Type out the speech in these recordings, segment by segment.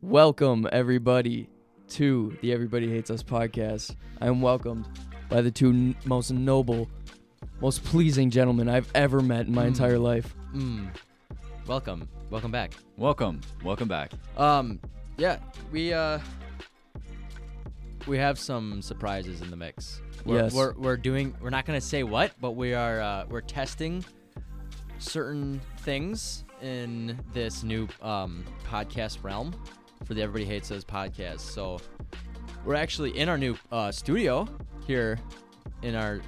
Welcome, everybody, to the Everybody Hates Us podcast. I am welcomed by the two n- most noble, most pleasing gentlemen I've ever met in my Mm. entire life. Mm. Welcome. Welcome back. Welcome, welcome back. Um yeah, we uh we have some surprises in the mix. We're, Yes. we're we're doing we're not going to say what, but we are uh we're testing certain things in this new um podcast realm for the Everybody Hates Us podcast. So we're actually in our new uh studio here in our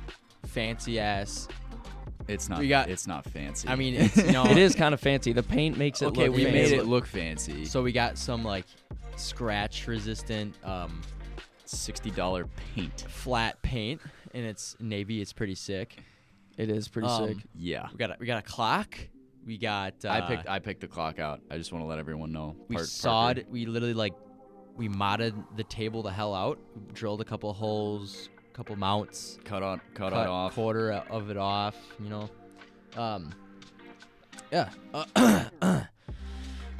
fancy ass. It's not. We got- it's not fancy. I mean, it's, you know, It is kind of fancy. The paint makes it Okay, look we made fancy. it look fancy. So we got some like scratch resistant um, sixty dollar paint. flat paint, and it's navy. It's pretty sick. It is pretty Um, sick. Yeah, We got a, we got a clock. We got uh, I picked. I picked the clock out. I just want to let everyone know. we Part- sawed. Parker. We literally like we modded the table the hell out. Drilled a couple holes, couple mounts, cut on, cut cut, it off. quarter of it off. You know, um, yeah. Uh,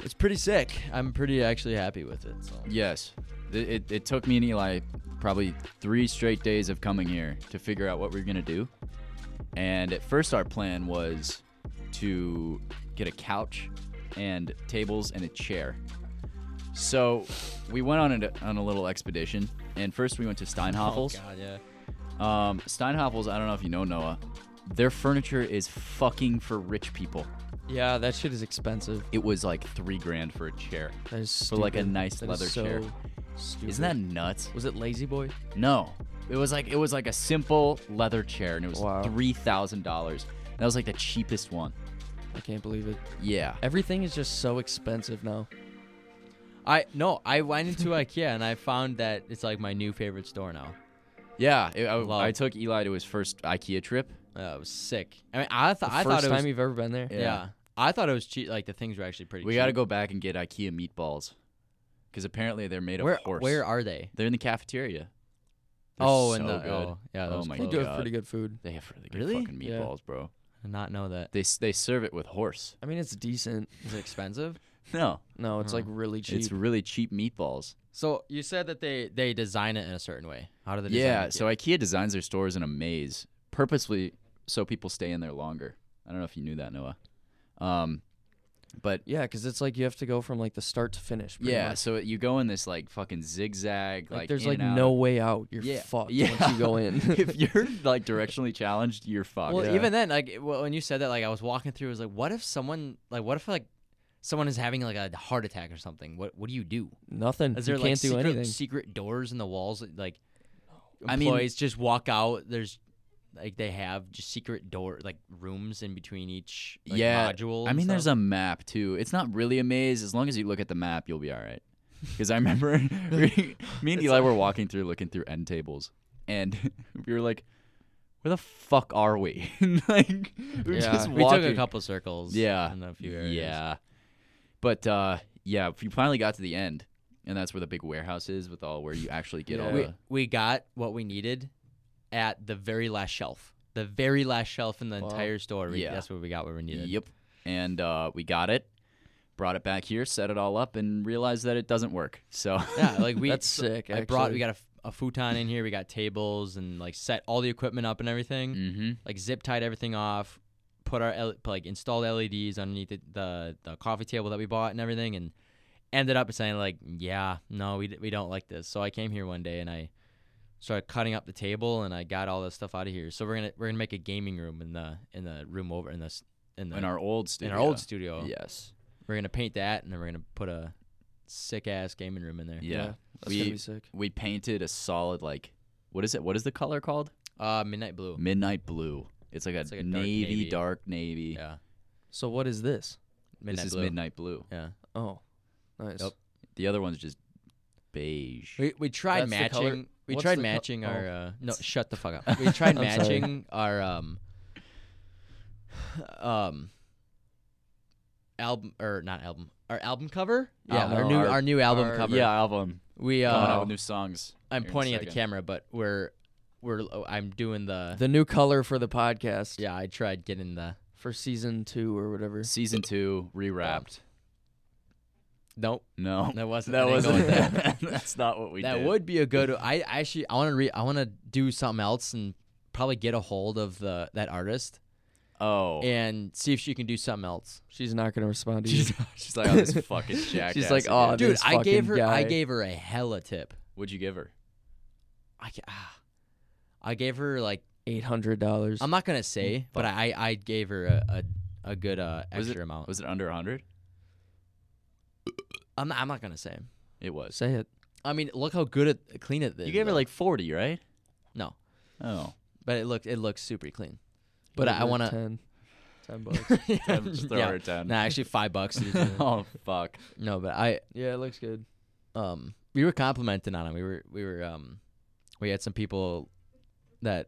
It's pretty sick. I'm pretty actually happy with it. So. Yes, it, it, it took me and Eli probably three straight days of coming here to figure out what we were gonna do. And at first, our plan was to get a couch and tables and a chair. So we went on a, on a little expedition, and first we went to Steinhoffel's. Oh, God, yeah. Um, Steinhoffels, I don't know if you know Noah, their furniture is fucking for rich people. Yeah, that shit is expensive. It was like three grand for a chair. That is For, like, a stupid. nice That is leather so chair. Stupid. Isn't that nuts? Was it Lazy Boy? No, it was like it was like a simple leather chair, and it was Wow. three thousand dollars. That was like the cheapest one. I can't believe it. Yeah, Everything is just so expensive now. I no, I went into IKEA and I found that it's like my new favorite store now. yeah. it- Love. I, I took Eli to his first IKEA trip. Uh, it was sick. I mean, I The thought I first thought it time was you've ever been there. yeah. I thought it was cheap. Like the things were actually pretty. We cheap. got to go back and get IKEA meatballs, because apparently they're made of Where horse. where are they? They're in the cafeteria. They're Oh, so and the good. oh, yeah. Oh Those, my They do have God. pretty good food. They have really good Really? fucking Yeah. meatballs, bro. I did not know that. They s- they serve it with horse. I mean, it's decent. Is it expensive? No, No, Hmm. it's Oh. like really cheap. it's really cheap meatballs. so you said that they they design it in a certain way. How do they? Design Yeah, it? so IKEA designs their stores in a maze purposely so people stay in there longer. I don't know if you knew that, Noah. Um, but Yeah, because it's like you have to go from like the start to finish. pretty yeah, much. so you go in this like fucking zigzag, like, like, there's in like and out. no way out. You're Yeah, fucked yeah. once you go in. if you're like directionally challenged, you're fucked. Well, Yeah. even then, like it- well, when you said that, like I was walking through, I was like, what if someone like what if like someone is having like a heart attack or something? What what do you do? Nothing. Is you there can't like do secret, anything. secret doors in the walls? that, Like I mean- employees just walk out. There's like they have just secret door like rooms in between each like, yeah, module. I mean, there's a map too. It's not really a maze. As long as you look at the map, you'll be all right. Because I remember we- me and Eli were walking through, looking through end tables, and we were like, "Where the fuck are we?" And, like we were Yeah. just we walking. took a couple circles. Yeah, in a few areas. yeah. But uh, yeah, we finally got to the end, and that's where the big warehouse is with all where you actually get all Yeah. we, the. we got what we needed at the very last shelf. The very last shelf in the Wow. entire store. We- Yeah. that's what we got. What we needed. Yep, and uh, we got it, brought it back here, set it all up, and realized that it doesn't work. So Yeah, like we. That's so sick. I brought. actually. We got a, f- a futon in here. We got tables and like set all the equipment up and everything. hmm like zip tied everything off, put our L- like installed LEDs underneath the, the the coffee table that we bought and everything, and ended up saying like, yeah, no, we d- we don't like this. So I came here one day and I started cutting up the table and I got all this stuff out of here. So we're gonna we're gonna make a gaming room in the in the room over in this in the in our old studio. in our old studio. Yes. We're gonna paint that and then we're gonna put a sick ass gaming room in there. Yeah. That's gonna We be sick. we painted a solid like what is it? What is the color called? Uh, midnight blue. Midnight blue. It's like a, It's like a dark navy, navy. dark navy. Yeah, So what is this? midnight this is blue. midnight blue. Yeah, Oh, nice. Yep. The other one's just beige. We, we tried That's the color- matching. We what's tried the co- oh. matching our uh, no. Shut the fuck up. We I'm tried sorry. matching our um um album or not album our album cover. Yeah, Album our new our, cover. new album Our- cover. Yeah, album. we. Uh, Coming out with new songs. I'm here in a pointing at the second. camera, but we're we're oh, I'm doing the, The new color for the podcast yeah. I tried getting the for season two or whatever. Season two rewrapped. Nope, No, that wasn't. that I didn't go wasn't. with that. That's not what we that did. would be a good. I I actually I want to re. I want to do something else and probably get a hold of the that artist Oh, and see if she can do something else. She's not gonna respond to you. She's- she's like, oh, this fucking jackass. She's like, again." "Aw, "Oh, Dude, This I fucking gave her guy. I gave her a hella tip. What'd you give her? I ca- ah. I gave her like Eight hundred dollars. I'm not gonna Mm, say, but I I gave her a a, a good uh, Was extra amount. Was it under hundred? I'm not, I'm not gonna say. It was. Say it. I mean, look how good it clean it is. You gave her though. like forty, right? No. Oh, but it looked it looks super clean. But I want to. ten. Ten bucks. just throw her a ten. Nah, actually five bucks. to do that. oh fuck. no, but I yeah, it looks good. um we were complimenting on him. We were we were um we had some people that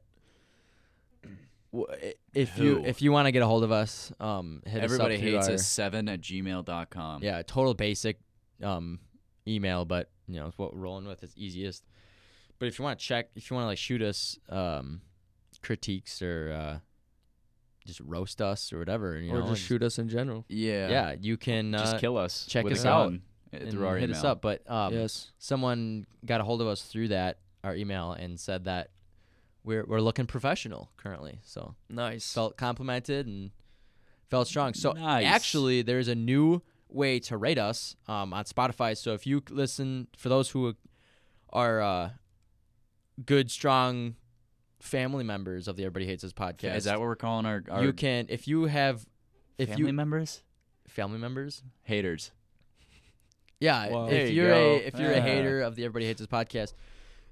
w- i- if you Who? if you want to get a hold of us um hit Everybody us up through hates our- us. Seven at gmail.com. yeah total basic um email but you know it's what we're rolling with is easiest but if you want to check if you want to like shoot us um critiques or uh just roast us or whatever you or know just shoot us in general. Yeah. yeah you can uh, Just kill us. check with a us out gun, uh, and through our hit email. us up but um yes. someone got a hold of us through that our email and said that we're we're looking professional currently. So Nice. felt complimented and felt strong. So Nice. actually, there's a new way to rate us um, on Spotify. So if you listen, for those who are uh, good, strong family members of the Everybody Hates Us podcast, Is that what we're calling our, our you can if you have if family you members? family members Haters. Yeah, Wow. There if you you're a go. if you're a Yeah. hater of the Everybody Hates This podcast,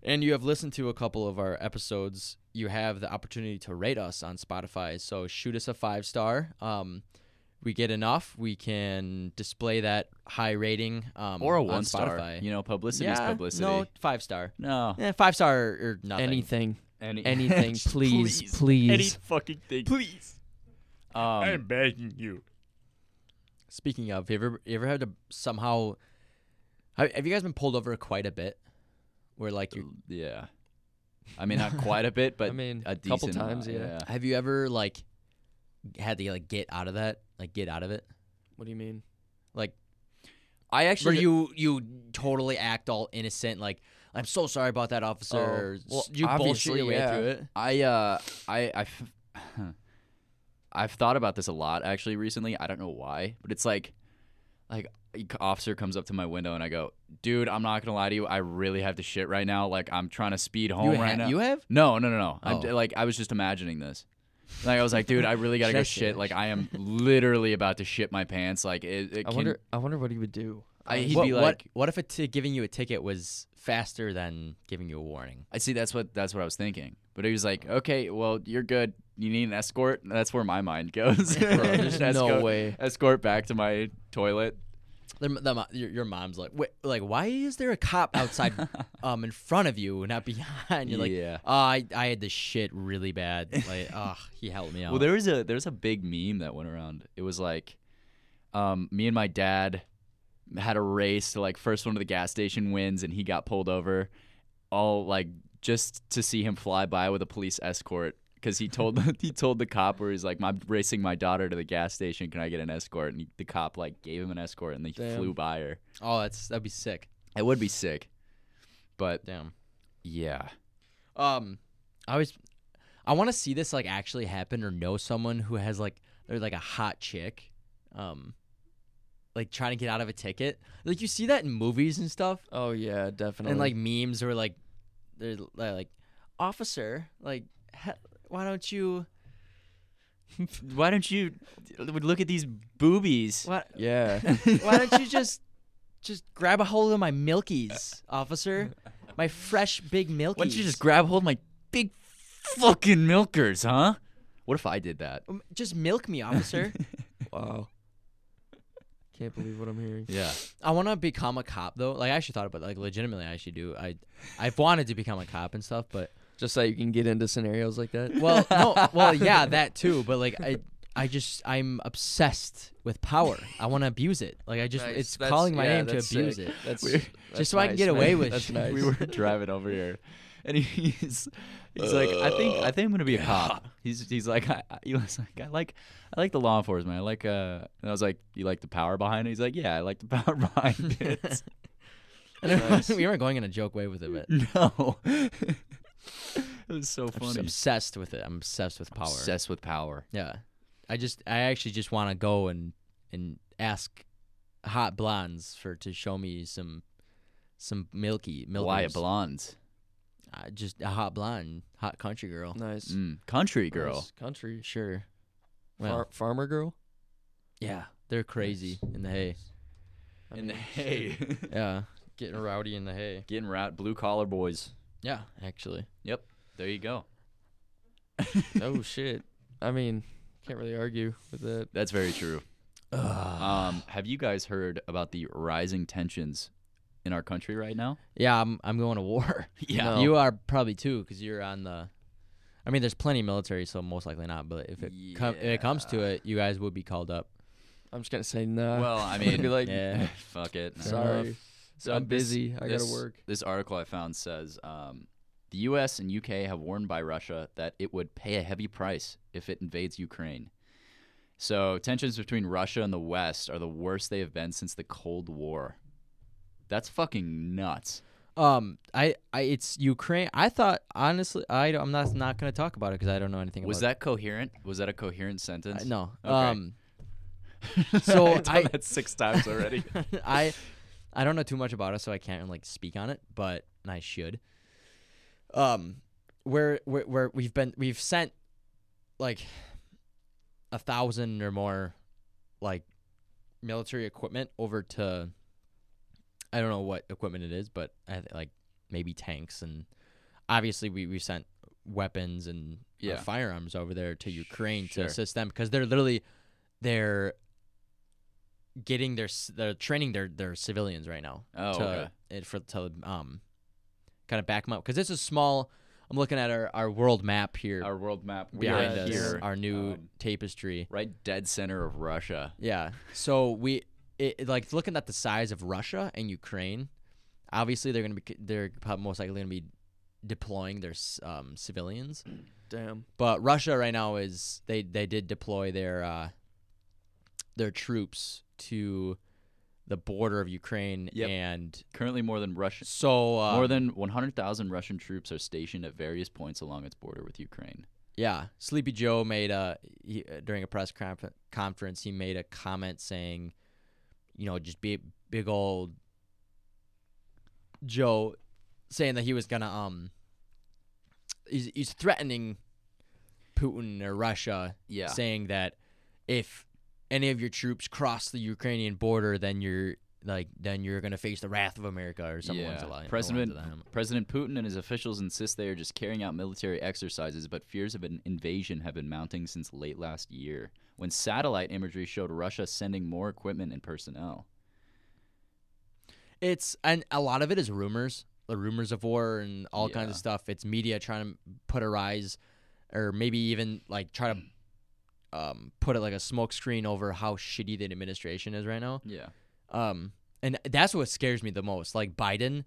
and you have listened to a couple of our episodes, you have the opportunity to rate us on Spotify. So shoot us a five star. Um, we get enough, we can display that high rating. Um, Or a on one star. Spotify. You know, publicity is Yeah, publicity. No, five star. No. Eh, five star or nothing. Anything. Any, Anything. Just please. Please. fucking thing. Please. Um, begging you. Speaking of, you ever you ever had to somehow? Have have you guys been pulled over quite a bit? Where like you yeah. I mean, not quite a bit, but I mean, a a couple decent times, amount, yeah. Have you ever like had to like get out of that? Like get out of it? What do you mean? I Where actually you you totally act all innocent like I'm so sorry about that officer. Oh, or s- well, you bullshit obviously, your way yeah. through it. I uh I I f- I've thought about this a lot actually recently. I don't know why, but it's like like a c- officer comes up to my window and I go, "Dude, I'm not going to lie to you. I really have to shit right now. Like I'm trying to speed home You, ha- right now." you have? no, no, no, no. I'm Oh. j- like I was just imagining this. Like I was like, "Dude, I really got to Should I go say shit. that? Like I am literally about to shit my pants. Like it, it I can, wonder. I wonder what he would do. I- he'd what, be what- like- what, if a t- giving you a ticket was faster than giving you a warning? I see that's what that's what I was thinking. But he was like, "Okay, well, you're good. You need an escort." And that's where my mind goes. Bro, there's no Escort- way. escort back to my toilet. Their m- the mo- your, your mom's like, Wait, like why is there a cop outside um in front of you and not behind? You're Yeah. like, oh, I I had this shit really bad. Like, oh, he helped me out. Well, there was a there's a big meme that went around. It was like, um, me and my dad had a race to like first one to the gas station wins, and he got pulled over, all like just to see him fly by with a police escort. Because he told he told the cop where he's like, "I'm racing my daughter to the gas station. Can I get an escort?" And he, the cop like gave him an escort, and they Damn. flew by her. oh, that's that'd be sick. It would be sick, but Damn. yeah, Um, I always, I want to see this like actually happen or know someone who has like they're like a hot chick, um, like trying to get out of a ticket. Like you see that in movies and stuff, Oh yeah, definitely. and like memes or like they're li- like, officer, like he- why don't you? why don't you look at these boobies? Why, yeah. why don't you just just grab a hold of my milkies, officer? My fresh big milkies. Why don't you just grab hold of my big fucking milkers, huh? What if I did that? Um, just milk me, officer? wow. Can't believe what I'm hearing. Yeah. I want to become a cop though. Like I actually thought about it, like legitimately I should do. I I've wanted to become a cop and stuff, but Just so you can get into scenarios like that. well, no, well, yeah, that too, but like I I just I'm obsessed with power. I want to abuse it. Like I just Nice. it's That's- calling my yeah, name to that's abuse sick. it. That's, We're- that's Just so I can nice, get away man. with That's shit. nice. We were driving over here and he's he's like, I think I think I'm gonna be a cop. He's he's like, I, I, Elon's like, I like I like the law enforcement. I like uh, and I was like, you like the power behind it. He's like, yeah, I like the power behind it. And it was- we weren't going in a joke way with it, but no, it was so I'm just funny. obsessed with it. I'm obsessed with power. Obsessed with power. Yeah, I just I actually just want to go and and ask hot blondes for to show me some some milky milk. Why blondes? Uh, just a hot blonde, hot country girl. Nice. Mm, country girl. Nice Country. Sure. Far- Well, farmer girl? yeah, they're crazy in the hay. I In the mean, hay, Yeah, getting rowdy in the hay. getting route blue collar boys. Yeah, actually. Yep, there you go. oh, shit. I mean, can't really argue with that. That's very true. Um, have you guys heard about the rising tensions in our country right now? Yeah, I'm I'm going to war. Yeah. No. You are probably too, because you're on the. I mean, there's plenty of military, so most likely not. But if it com- if it comes to Yeah. it, you guys would be called up. I'm just going to say nah. Well, I I'm gonna mean, be like, yeah. fuck it. Uh, Fair Sorry. enough. So I'm this- busy. I got this- to work. This article I found says um, the U.S. and U.K. have warned by Russia that it would pay a heavy price if it invades Ukraine. So tensions between Russia and the West are the worst they have been since the Cold War. That's fucking nuts. Um, I, I, it's Ukraine. I thought honestly, I don't, I'm not not gonna talk about it because I don't know anything. Was about that coherent? Was that a coherent sentence? It. I- no. Okay. Um, so I've done I- that six times already. I, I don't know too much about it, so I can't like speak on it, but and I should. Um, where where where we've been, we've sent like a thousand or more like military equipment over to. I don't know what equipment it is, but I, th- like maybe tanks and obviously we we sent weapons and uh, Yeah. firearms over there to Ukraine Sure. to assist them because they're literally they're getting their c- they're training their their civilians right now oh, to okay. it for to um kind of back them up because this is small. I'm looking at our, our world map here our world map we behind are us, here, our new um, tapestry. right dead center of Russia. Yeah. So we it, it, like looking at the size of Russia and Ukraine. Obviously, they're gonna be c- they're probably most likely gonna be deploying their s- um, civilians. Damn. But Russia right now is they they did deploy their uh, their troops to the border of Ukraine Yep. and Currently, more than Russia, so uh, More than 100,000 Russian troops are stationed at various points along its border with Ukraine. Yeah, Sleepy Joe made a he, uh, during a press conf- conference. He made a comment saying, you know, just be big old Joe, saying that he was gonna um, he's, he's threatening Putin or Russia, Yeah. saying that if any of your troops cross the Ukrainian border, then you're like then you're gonna face the wrath of America or something. along Yeah. the line- along President the line. President Putin and his officials insist they are just carrying out military exercises, but fears of an invasion have been mounting since late last year, when satellite imagery showed Russia sending more equipment and personnel. It's and a lot of it is rumors, the rumors of war and all kinds Yeah. of stuff. It's media trying to put a rise, or maybe even like try to um, put it like a smokescreen over how shitty the administration is right now. Yeah. Um, and that's what scares me the most. Like Biden,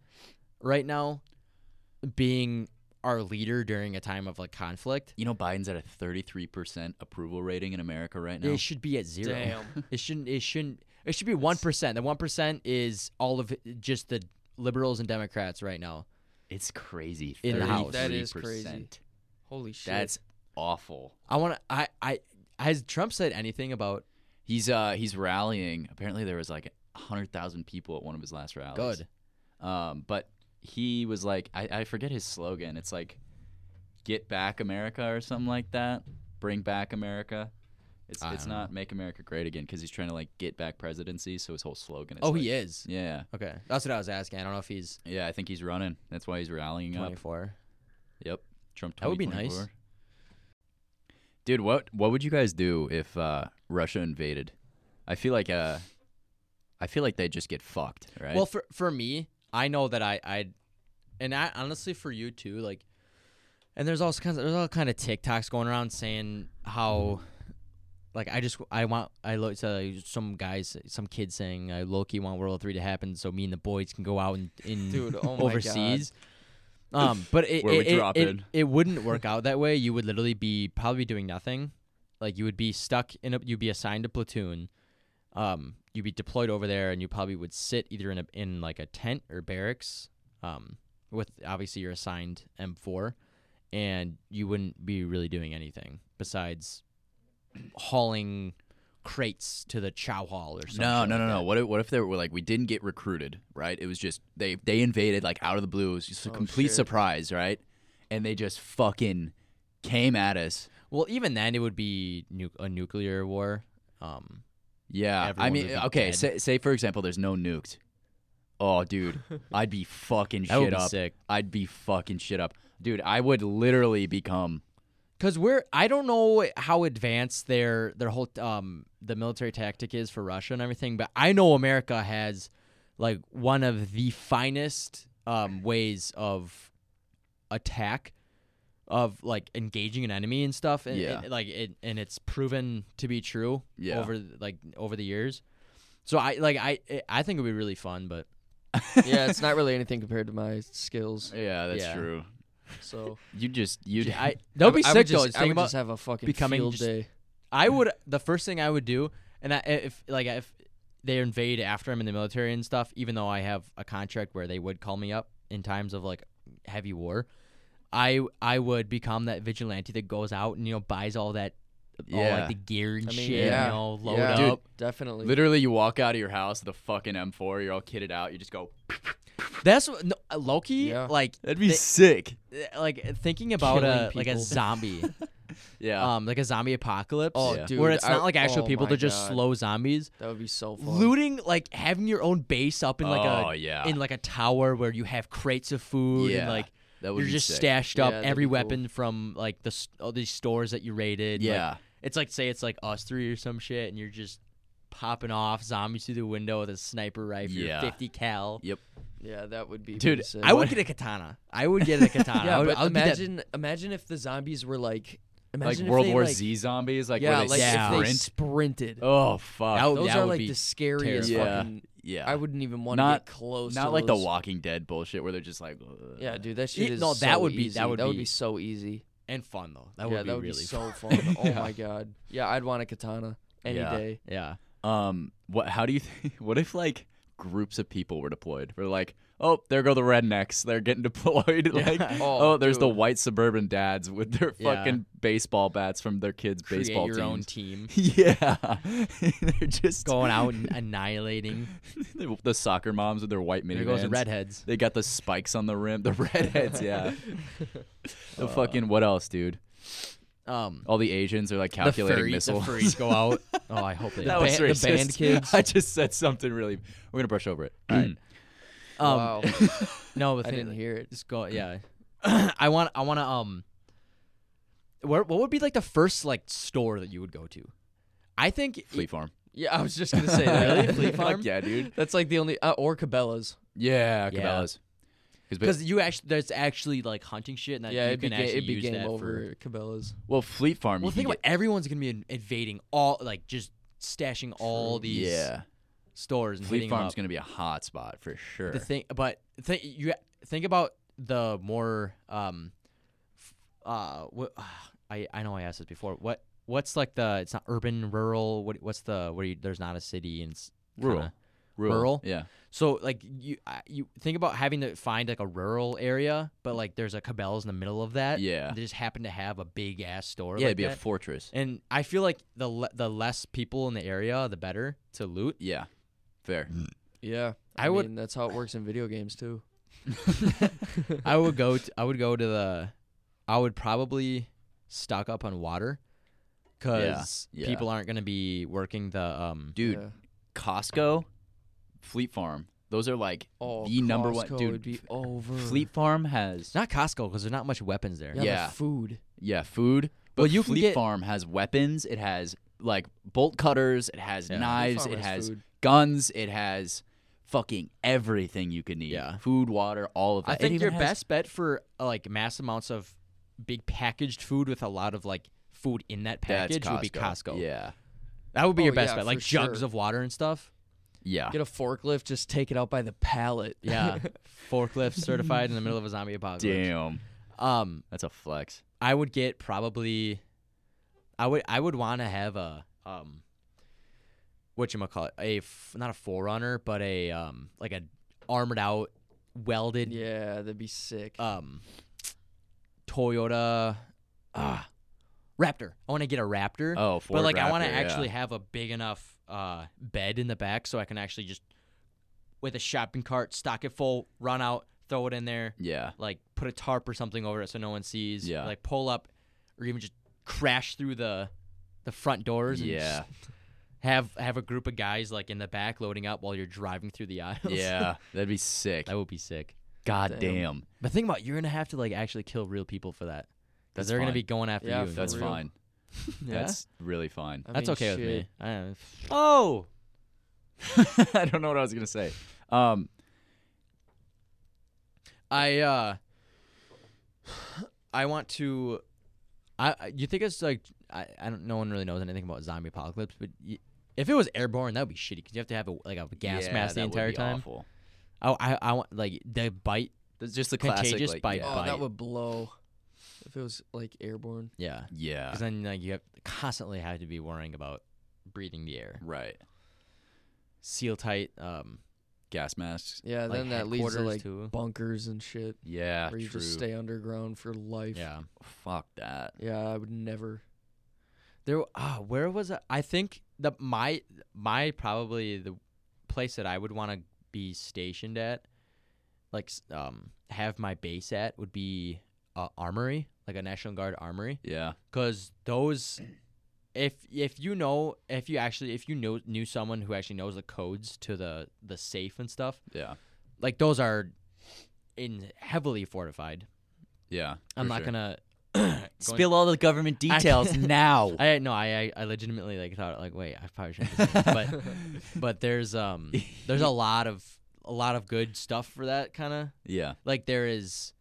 right now, being our leader during a time of like conflict, You know, Biden's at a 33% approval rating in America right now. it should be at zero. Damn. It shouldn't. It shouldn't. It should be one percent. The one percent is all of just the liberals and Democrats right now. It's crazy. In the House. That is 33%. Holy shit. That's awful. I want to. I. I. Has Trump said anything about He's uh he's rallying. Apparently there was like 100,000 people at one of his last rallies. good? Um, but he was like, I, I forget his slogan. It's like, "Get back America" or something like that. Bring back America. It's I it's don't know. not "Make America Great Again" because he's trying to like get back presidency. So his whole slogan. is Oh, like, he is. Yeah, Okay, that's what I was asking. I don't know if he's yeah. I think he's running. That's why he's rallying up. 24. Yep. Trump. That would be nice. 2024. Dude, what what would you guys do if uh, Russia invaded? I feel like uh, I feel like they just get fucked, right? Well, for for me, I know that I I, and I honestly for you too. Like, and there's all kinds of there's all kind of TikToks going around saying how, Mm-hmm. like I just I want I look to some guys some kids saying I low key want World War Three to happen so me and the boys can go out and in Dude, oh my God. overseas. Um, but it Where we it, it- drop it- in. it wouldn't work out that way. You would literally be probably doing nothing. Like you would be stuck in a you'd be assigned a platoon. Um, you'd be deployed over there, and you probably would sit either in a in like a tent or barracks. Um, with obviously your assigned M4, and you wouldn't be really doing anything besides hauling crates to the chow hall or something. No, no, no, no. What if, what if they were like we didn't get recruited, right? It was just they they invaded like out of the blue. It was just a Oh, complete shit. surprise, right? And they just fucking came at us. Well, even then, it would be nu- a nuclear war. Um, Yeah, I Everyone mean, would be okay. dead. Say, say for example, there's no nuked. Oh, dude, I'd be fucking that would shit be up. sick. I'd be fucking shit up, dude. I would literally become. Cause we're I don't know how advanced their their whole um the military tactic is for Russia and everything, but I know America has like one of the finest um ways of attack of like engaging an enemy and stuff and Yeah. and, like it and it's proven to be true Yeah. over like over the years. So I like I I think it would be really fun, but yeah, it's not really anything compared to my skills. Yeah, that's Yeah. true. So You just you. I that would be I sick would though. just, Just, I would about just have a fucking becoming field just- day. I would the first thing I would do, and I, if like if they invade after I'm in the military and stuff, even though I have a contract where they would call me up in times of like heavy war, I I would become that vigilante that goes out and you know buys all that all Yeah. like the gear and I mean, shit, yeah. you know, load yeah, up. definitely. literally you walk out of your house with a fucking M4. You're all kitted out. You just go. That's what- no, uh, Loki, Yeah. like That'd be They- sick. like thinking about a Killing like a people. zombie, Yeah. um, like a zombie apocalypse, Oh, Yeah. dude, where it's I- not like actual oh people, my they're just God. slow zombies. That would be so fun. looting like having your own base up in like Oh, a yeah. in like a tower where you have crates of food Yeah, and like that would you're be just sick. stashed Yeah, up that'd every be cool. weapon from like the s- all these stores that you raided. like, Yeah. it's like say it's like us three or some shit, and you're just popping off zombies through the window with a sniper rifle, your Yeah. 50 cal. Yep. Yeah, that would be Dude, pretty sick. I would get a katana. I would get a katana. Yeah, I would, but I would be that- imagine imagine if the zombies were like Like imagine if World they, War like- Z zombies, like yeah, where they like Yeah. if they sprint. sprinted. oh fuck. That would- Those are would like be the scariest terrifying. Yeah. fucking. yeah. I wouldn't even want Not- to get close. to Not like those. the Walking Dead bullshit where they're just like. "Ugh." Yeah, dude, that shit Yeah, is no, that so would be- that easy. would that would be- be so easy. and fun though. That yeah, would be that would really be fun. so fun. Oh Yeah. my god. Yeah, I'd want a katana any Yeah. day. Yeah. Um. What? How do you? Think, what if like groups of people were deployed? We're like, oh, there go the rednecks. They're getting deployed. Like, Oh, oh, there's the dude. white suburban dads with their Yeah. fucking baseball bats from their kids' Create baseball your teams. own team. yeah, they're just Going out and annihilating. the, the soccer moms with their white minivans. There goes the redheads. They got the spikes on the rim. The redheads, yeah. the fucking what else, dude? Um, All the Asians are like calculating furry- missiles. The furries go out. oh, I hope they. that don't. was ba- the racist. band kids. I just said something really. We're gonna brush over it. All right. Um, wow. No, the I thing- didn't hear it. Just go. Yeah. I want. I want to. Um. What What would be like the first like store that you would go to? I think. Fleet Farm. Yeah, I was just gonna say that. Really? Fleet Fuck Farm? yeah, dude. That's like the only uh, or Cabela's. Yeah, Yeah. Cabela's. Because Because you actually, there's actually like hunting shit, and that yeah, you it'd be, can ga- actually it'd be use game that over for. at Cabela's. well, Fleet Farm. Well, you can think about get- everyone's gonna be in- invading all like just stashing all these yeah. stores and Fleet hitting 'em Farm's up. gonna be a hot spot for sure. the thing but think you think about the more um f- uh what i i know i asked this before what what's like the it's not urban rural what what's the where you, there's not a city and it's Rural. kinda- rural? Yeah. so like you I- you think about having to find like a rural area but like there's a cabela's in the middle of that Yeah. they just happen to have a big ass store Yeah, like it'd be a that. fortress. and i feel like the le- the less people in the area the better to loot Yeah. Fair. Mm. Yeah, I would- mean, that's how it works in video games too. I would go. To, I would go to the. I would probably stock up on water, because Yeah, yeah. people aren't going to be working the um. Dude, Yeah. Costco, Fleet Farm. Those are like Oh, the number one Costco dude. would be f- over. Fleet Farm has not Costco because there's not much weapons there. Yeah, Yeah. The food. yeah food, but Well, you can Fleet get- Farm has weapons. It has like bolt cutters. It has Yeah. Fleet knives. Farm It has has food. guns. It has fucking everything you can need. Yeah. food, water, all of that. I It think even your has- best bet for uh, like mass amounts of big packaged food with a lot of like food in that That's package would be Costco. Yeah, That would be Oh, your best yeah, bet, for like jugs sure. of water and stuff. Yeah. Get a forklift, just take it out by the pallet. Yeah, forklift certified in the middle of a zombie apocalypse. Damn. Um, That's a flex. I would get probably, I would I would want to have a um, what you call it a f- not a forerunner but a um like a armored out welded yeah, that'd be sick. um Toyota ah Raptor. I want to get a Raptor. Oh, Ford but like I want Raptor, to yeah. actually have a big enough uh, bed in the back so I can actually just with a shopping cart stock it full, run out, throw it in there, Yeah. like put a tarp or something over it so no one sees. Yeah. Like pull up, or even just crash through the the front doors. And Yeah. just Have have a group of guys like in the back loading up while you're driving through the aisles. Yeah. That'd be sick. that would be sick. God Damn. damn. But think about it, you're gonna have to like actually kill real people for that. Because That's they're gonna fine. be going after Yeah, you. for That's real. fine. Yeah? That's really fine. I that's mean, okay with shit. me. I don't- oh, I don't know what I was gonna say. Um, I uh, I want to. I I- you think it's like I, I don't no one really knows anything about zombie apocalypse, but y- if it was airborne, that would be shitty because you have to have a, like a gas yeah, mask that the would entire be time. Awful. I, I I want like the bite. That's just the Contagious classic, like, by yeah. oh, bite. that would blow. If it was like airborne. Yeah, Yeah. because then like you have constantly have to be worrying about breathing the air. Right. Seal tight. Um, Gas masks. Yeah, like then that leads to headquarters like too. bunkers and shit. Yeah. where you true. just stay underground for life. Yeah. Fuck that. Yeah, I would never. There, uh, where was I? I think the my my probably the place that I would want to be stationed at, like s- um, have my base at would be uh, armory, like a National Guard armory, Yeah. because those, if if you know if you actually if you know knew someone who actually knows the codes to the the safe and stuff, Yeah. like those are in heavily fortified. Yeah. I'm for not sure. gonna Going- all the government I- now. I no, I I- I legitimately like thought like wait, I probably shouldn't. Be saying this, but but there's um there's a lot of a lot of good stuff for that kind of yeah. like there is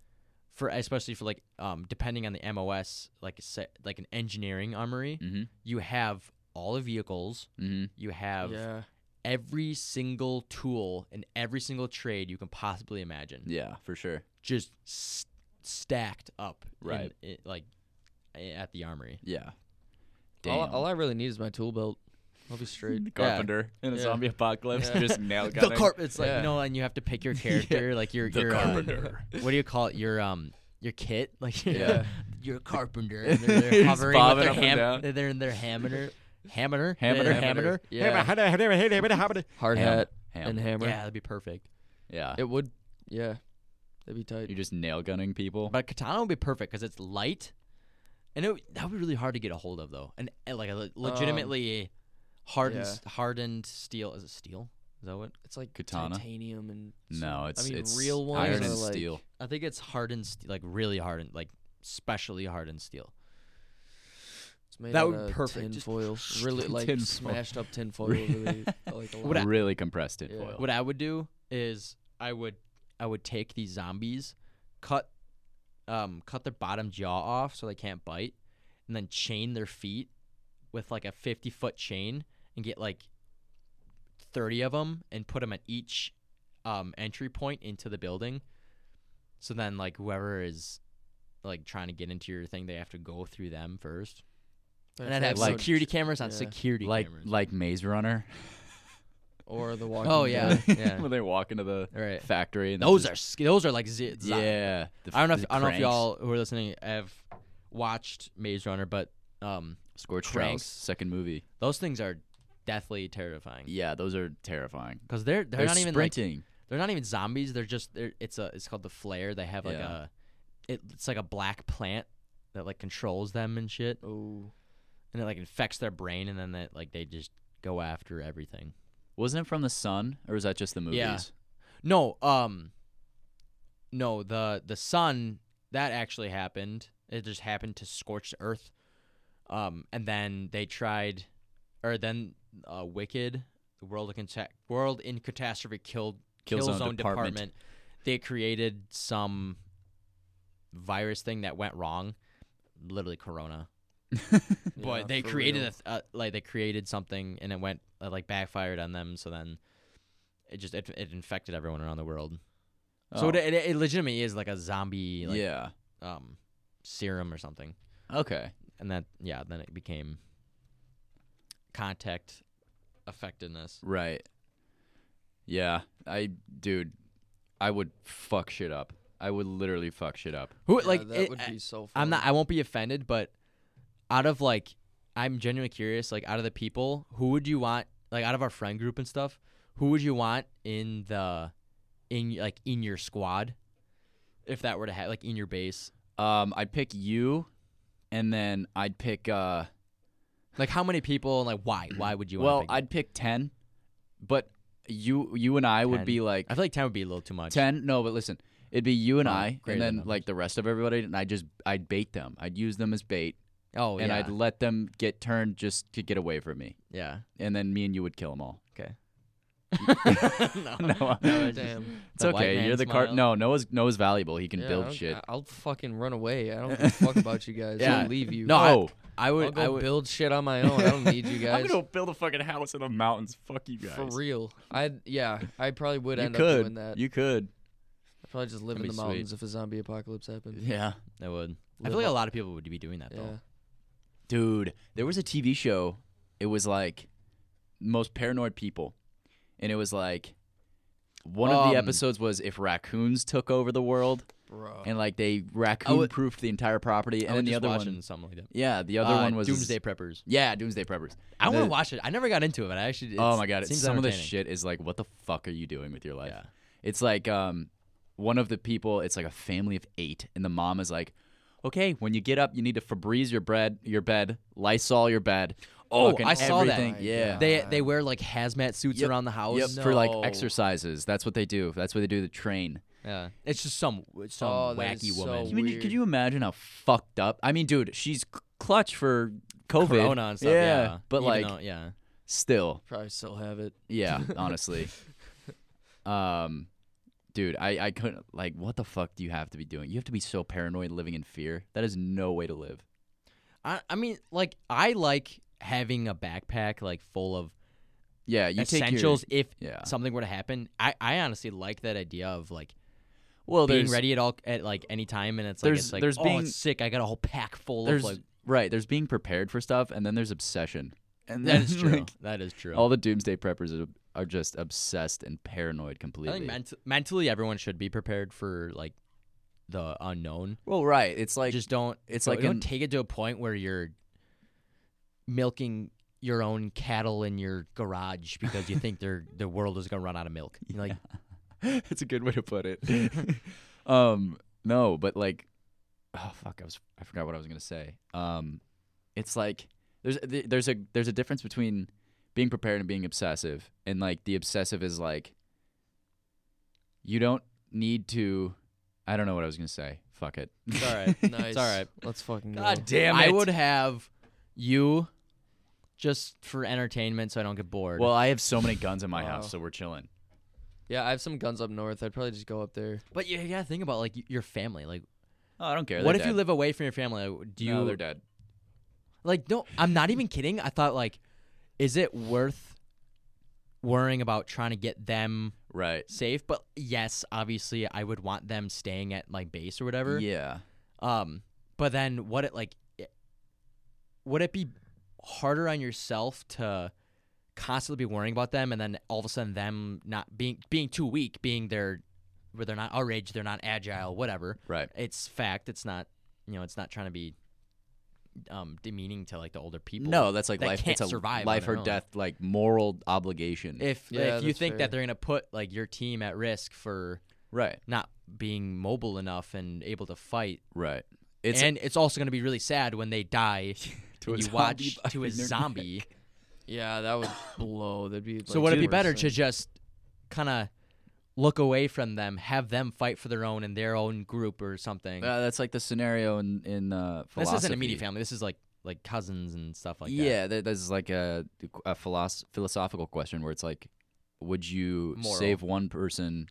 for especially for like um depending on the MOS like a se- like an engineering armory, Mm-hmm. you have all the vehicles, Mm-hmm. you have Yeah. every single tool and every single trade you can possibly imagine, Yeah. For sure. just s- stacked up, in- Right. i- like a- at the armory. Yeah. Damn. All, all I really need is my tool belt. I'll be straight. carpenter in a Yeah. zombie apocalypse, Yeah. just nail the gunning. carp. It's like Yeah. you know, and you have to pick your character, like your your uh, what do you call it? Your um your kit, like your, Yeah. your carpenter. And they're, they're He's hovering with bobbing their up and ham- down. They're in their hammer, hammer, Hammer. Their Hammer. hammer. Yeah. Hard Ham. hat Ham. and hammer. Yeah, that'd be perfect. yeah. It would. Yeah. That'd be tight. You're just nail gunning people. But a katana would be perfect because it's light, and it, would- that would be really hard to get a hold of though, and uh, like a Um, le- legitimately hardened yeah. hardened steel. Is it steel? Is that what? It's like Katana? titanium and No, it's I mean, it's real ones iron are and like- steel. I think it's hardened, st- like really hardened, like specially hardened steel. It's made That out would be of perfect. Just Tinfoil, really like tinfoil. smashed up tinfoil. Really, like a lot. What I- really compressed it Yeah. foil. What I would do is I would I would take these zombies, cut um cut their bottom jaw off so they can't bite, and then chain their feet with like a 50 foot chain and get like 30 of them and put them at each um entry point into the building. So then like whoever is like trying to get into your thing, they have to go through them first. And I'd have like- security cameras on yeah. security Like cameras. like Maze Runner. or the walking. oh yeah, Dead. yeah. when they walk into the All right. factory. And Those they're are sc- those are like zi- just- zo- yeah. the I don't know. f- If, the I don't know if cranks. y'all who are listening have watched Maze Runner, but um, Scorched Cranks. Cranks. second movie. those things are deathly terrifying Yeah, those are terrifying. because they're they're not even like, sprinting. they're not even zombies. They're just they're, it's a it's called the flare. They have like Yeah. a it, it's like a black plant that like controls them and shit, Oh, and it like infects their brain, and then that like they just go after everything. Wasn't it from the sun, or was that just the movies? Yeah. No, um, no the the sun that actually happened. It just happened to scorch the earth, um, and then they tried, or then uh, Wicked, the world in Cata- world in catastrophe killed Killzone Killzone Department. department. They created some virus thing that went wrong, literally Corona. yeah, but they for created real. a th- uh, like they created something and it went uh, like backfired on them. So then it just it, it infected everyone around the world. So it, it, it legitimately is like a zombie like Oh. yeah. um serum or something. Okay. And that yeah, then it became contact effectiveness. Right. Yeah. I dude, I would fuck shit up. I would literally fuck shit up. Who Yeah, like that it- would be so. Fun. I'm not. I won't be offended, but out of like, I'm genuinely curious. Like, out of the people, who would you want? Like, out of our friend group and stuff, who would you want in the, in like in your squad, if that were to have like in your base? Um I'd pick you and then I'd pick uh Like, how many people and like why? Why would you? well, want to pick I'd pick 10, but you you and I would 10. be like I feel like ten would be a little too much. 10 no but listen it'd be you and Oh, i greater than and then numbers. like the rest of everybody and i just i'd bait them i'd use them as bait Oh and yeah. i'd let them get turned just to get away from me yeah. and then me and you would kill them all Okay. No. it's just- Damn. it's the white okay man you're the cart smile. no noah's noah's valuable he can Yeah, I build don't- shit I- I'll fucking run away. I don't give a fuck about you guys. Yeah. I'll leave you. No, I- Oh. I I'll would. go I would. build shit on my own. I don't need you guys. build a fucking house in the mountains fuck you For real. I yeah. I probably would you end could up doing that. you could I'd probably just live in That'd the be mountains if a zombie apocalypse happened. yeah I would. I Live feel like a off- lot of people would be doing that Yeah. though. dude there was a tv show it was like most paranoid people and it was like one of Um, the episodes was if raccoons took over the world Bro. and like they raccoon proofed the entire I property, and would then the just other watch one, it in something like that. yeah, the other Uh, one was Doomsday Preppers. Yeah, Doomsday Preppers. I The- want to watch it. I never got into it, but I actually. oh it's- my god, it it's, seems some of this entertaining. shit is like, what the fuck are you doing with your life? Yeah. It's like um, one of the people. It's like a family of eight, and the mom is like, okay, when you get up, you need to Febreze your bread, your bed, Lysol your bed. Oh, fucking I saw that. everything. My Yeah. God. They they wear like hazmat suits Yep. around the house. Yep, for like No. exercises. That's what they do. That's what they do. The train. Yeah. It's just some some Oh, that wacky is woman. so Can you, Weird. could you imagine how fucked up? I mean, dude, she's c- clutch for COVID. Corona and stuff. Yeah. Yeah, but Even like- though- yeah. Still, Probably still have it. Yeah, honestly. um dude, I I couldn't like what the fuck do you have to be doing? You have to be so paranoid living in fear. That is no way to live. I I mean like I like having a backpack like full of Yeah, you essentials Take if your, yeah. something were to happen. I I honestly like that idea of like Well, being there's- ready at all at like any time and it's like There's- it's like there's oh being- it's sick I got a whole pack full of There's like right, there's being prepared for stuff and then there's obsession. And that is then, true. like, That is true. all the doomsday preppers are, are just obsessed and I paranoid completely. think ment- mentally everyone should be prepared for like the unknown. well, right. It's like just don't. it's It's like like don't an- take it to a point where you're milking your own cattle in your garage because you think they're the world is gonna run out of milk. You're Like That's a good way to put it. um, no, but like, oh fuck, I was I forgot what I was gonna say. Um, it's like there's th- there's a there's a difference between being prepared and being obsessive, and like the obsessive is like you don't need to. I don't know what I was gonna say. Fuck it. it's all right. Nice. It's all right. Let's fucking go. damn I would have you just for entertainment, so I don't get bored. Well, I have so many guns in my Wow. house, so we're chilling. Yeah, I have some guns up north. I'd probably just go up there. but you gotta think about like y- your family. Like, Oh, I don't care. what if They're you dead. live away from your family? Like, do you No, they're dead. Like, no, I'm not even kidding. I thought like, is it worth worrying about trying to get them Right. safe? But yes, obviously, I would want them staying at my base or whatever. Yeah. Um, but then what it like, it, would it be harder on yourself to constantly be worrying about them and then all of a sudden them not being being too weak, being their where they're not our age, they're not agile, whatever Right. it's fact. It's not you know, it's not trying to be um demeaning to like the older people. No, that's like that life. can't it's a survive on life their or own. death, like moral obligation. If Yeah, if you that's think fair. that they're gonna put like your team at risk for right. not being mobile enough and able to fight, Right. It's and it's also gonna be really sad when they die. To a and you zombie watch to a biting their zombie. Yeah, that would blow. That'd be. Like So would it be better 2%. to just kind of look away from them, have them fight for their own in their own group or something? uh, that's like the scenario in in uh, this philosophy. isn't immediate family. This is like like cousins and stuff like that. yeah, that, that's like a a philosoph- philosophical question where it's like, would you Moral. save one person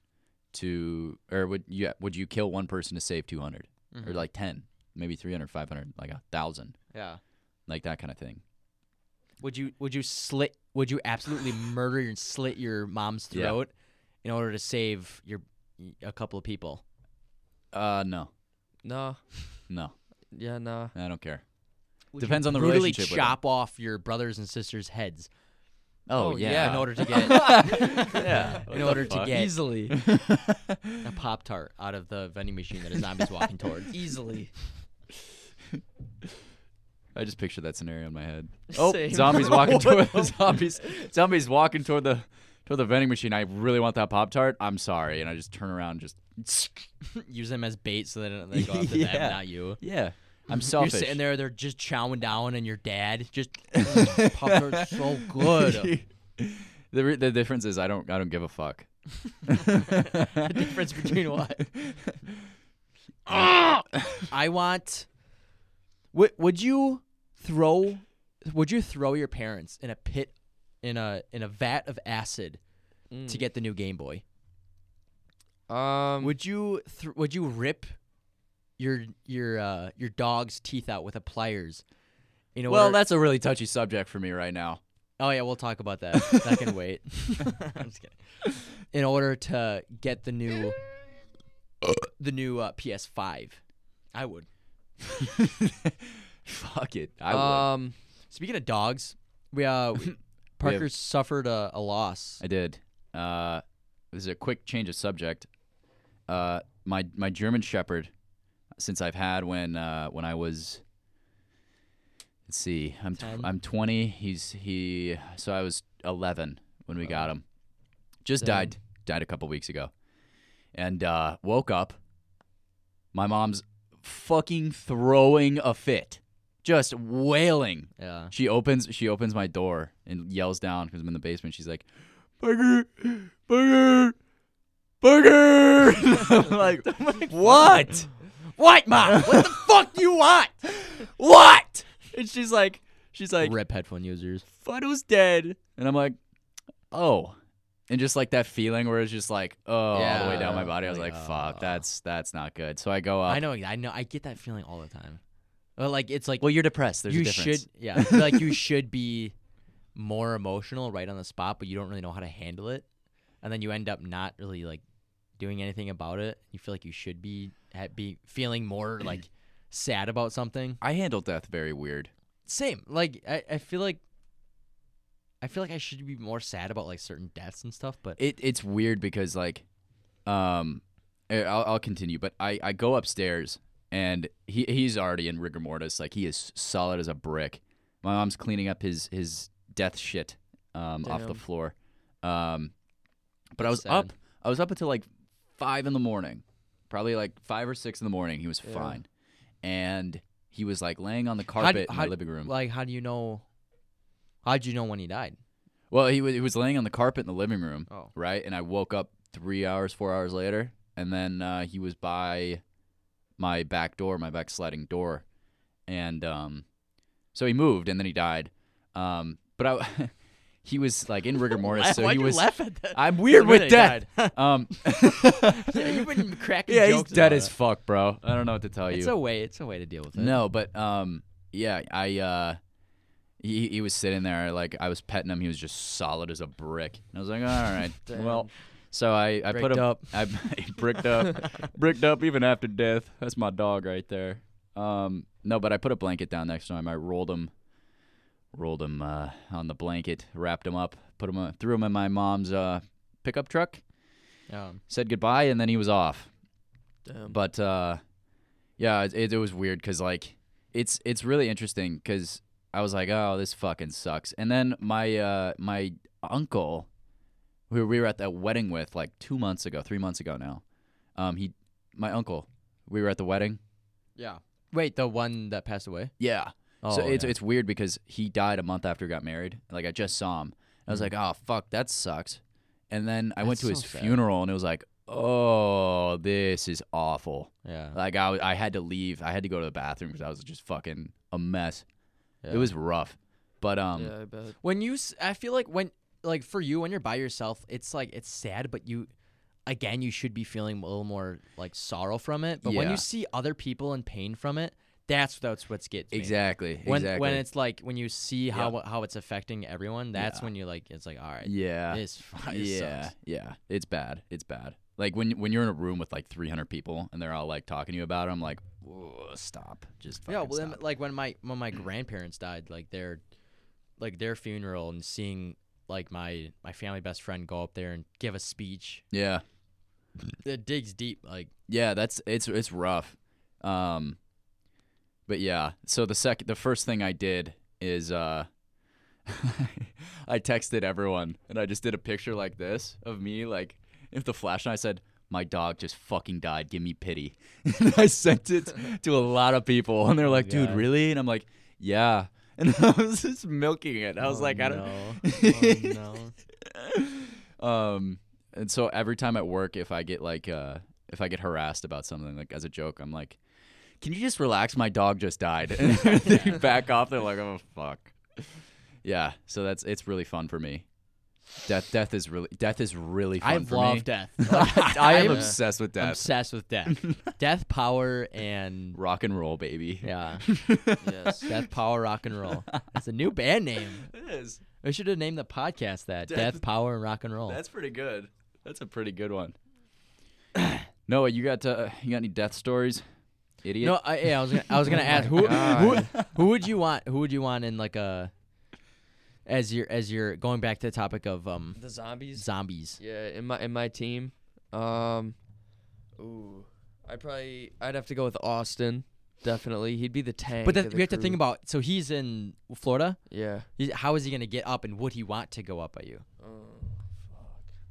to, or would yeah, would you kill one person to save two or Mhm. like ten, maybe 300, 500, like a thousand, yeah. like that kind of thing. Would you would you slit would you absolutely murder and slit your mom's Yeah. throat in order to save your a couple of people? Uh, no, Nah. no, Yeah, nah. I don't care. Would you Depends on the brutally relationship. with them. chop off your brothers and sisters' heads Oh, Oh, yeah. yeah. in order to get yeah. in order to fuck? get Easily. a pop tart out of the vending machine that a zombie's walking towards. Easily. I just picture that scenario in my head. Oh, Same. zombies walking toward the zombies. Zombies walking toward the toward the vending machine. I really want that pop tart. I'm sorry, and I just turn around, and just Use them as bait so that they go after Yeah. them, not you. yeah. I'm selfish. You're sitting there, they're just chowing down, and your dad just "Mm, pop tart's so good. the re- the difference is I don't I don't give a fuck. The difference between what? Ah! I want. Would would you throw? Would you throw your parents in a pit, in a in a vat of acid to get the new Game Boy? Mm. Um. Would you th- would you rip your your uh, your dog's teeth out with a pliers? You know. Well, that's a really touchy subject for me right now. oh yeah, we'll talk about that. that can wait. I'm just kidding. In order to get the new the new uh, PS5, I would. fuck it. I would. um. Speaking of dogs, we uh we- Parker suffered a, a loss. I did. Uh, this is a quick change of subject. Uh, my my German Shepherd, since I've had when uh, when I was. Let's see, I'm tw- Ten. I'm 20. He's he. So I was 11 when we got him. Just died died a couple weeks ago, and uh, woke up. My mom's fucking throwing a fit, just wailing. Yeah. She opens she opens my door and yells down because I'm in the basement. She's like, "Booger, booger, booger!" I'm like, "What? What, mom? What the fuck you want? What?" And she's like, "She's like, Rip headphone users. Fido's dead," and I'm like, "Oh." And just like that feeling where it's just like, oh, all the way down my Yeah. body. I was Like, like, fuck, oh. that's that's not good. So I go up. I know. I know. I get that feeling all the time. Well, like it's like Well, you're depressed. There's you a difference. should. Yeah. like you should be more emotional right on the spot, but you don't really know how to handle it, and then you end up not really like doing anything about it. You feel like you should be ha- be feeling more like sad about something. I handle death very weird. same. Like I, I feel like I feel like I should be more sad about like certain deaths and stuff, but it it's weird because like um eh, I'll, I'll continue but I, I go upstairs and he he's already in rigor mortis like he is solid as a brick my mom's cleaning up his his death shit um off the Damn. floor um but I was That's up sad. I was up until like five in the morning probably like five or six in the morning he was Yeah. fine and he was like laying on the How d- carpet in how my d- living room Like, how do you know? How would you know when he died? Well, he was, he was laying on the carpet in the living room, Oh. right? And I woke up three hours, four hours later, and then uh, he was by my back door, my back sliding door, and um, so he moved, and then he died. Um, but I, he was like in rigor mortis, so he was. at that? I'm weird with death. Um, yeah, you've been cracking yeah, he's jokes. dead about as it. fuck, bro. I don't know what to tell It's you. a way. It's a way to deal with it. No, but um, yeah, I uh, he he was sitting there like I was petting him. He was just solid as a brick. And I was like, all right, Damn. well, so I I put Bricked him up. I he bricked up, bricked up even after death. That's my dog right there. Um, no, but I put a blanket down next to him. I rolled him, rolled him uh, on the blanket, wrapped him up, put him uh, threw him in my mom's uh pickup truck, Um, said goodbye, and then he was off Damn. but uh yeah it- it, it was weird because like it's it's really interesting because i was like oh this fucking sucks and then my uh my uncle who we were at that wedding with like two months ago three months ago now um he my uncle we were at the wedding yeah. Wait, the one that passed away. yeah so Oh, it's yeah. it's weird because he died a month after he got married. Like I just saw him. I was like, oh fuck, that sucks. And then I went Hmm. That's to his so sad. funeral and it was like, oh, this is awful. yeah. Like I, I had to leave. I had to go to the bathroom because I was just fucking a mess. yeah. It was rough. But um, yeah, I bet. when you s- i feel like when like for you when you're by yourself it's like it's sad but you again you should be feeling a little more like sorrow from it but when Yeah. you see other people in pain from it That's that's what's gets me. Exactly. When exactly. when it's like when you see how how it's affecting everyone, that's when you like it's like all right, yeah. this fucking yeah. sucks. Yeah. It's bad. It's bad. Like when when you're in a room with like 300 people and they're all like talking to you about it, I'm like, "Whoa, stop. Just fucking yeah, well, then, stop." like when my when my grandparents died, like their like their funeral and seeing like my my family best friend go up there and give a speech, yeah. it digs deep. Like Yeah, that's it's it's rough. Um but yeah, so the sec the first thing I did is uh I texted everyone and I just did a picture like this of me like if the flash and I said my dog just fucking died. Give me pity. And I sent it to a lot of people, and they're like, "Dude, God. really?" And I'm like, "Yeah." And I was just milking it. I was oh, like, "I don't." no. oh, no. um and so every time at work if i get like uh if i get harassed about something like as a joke i'm like can you just relax my dog just died and they back off they're like oh fuck yeah so that's it's really fun for me death death is really death is really fun I for love me death. i I'm am obsessed with death obsessed with death, death power, and rock and roll baby yeah, yes. death power rock and roll. It's a new band name. it is We should have named the podcast that Death- death, power, and rock and roll. that's pretty good that's a pretty good one noah you got uh, you got any death stories idiot No, I, yeah, I was gonna, I was gonna ask who, who who would you want who would you want in like a as your as your going back to the topic of um The zombies. zombies. Yeah, in my in my team, um, ooh, I probably I'd have to go with Austin. Definitely, he'd be the tank. But then of the we have to think crew. about so he's in Florida. Yeah. He's, how is he gonna get up and would he want to go up at you? Oh.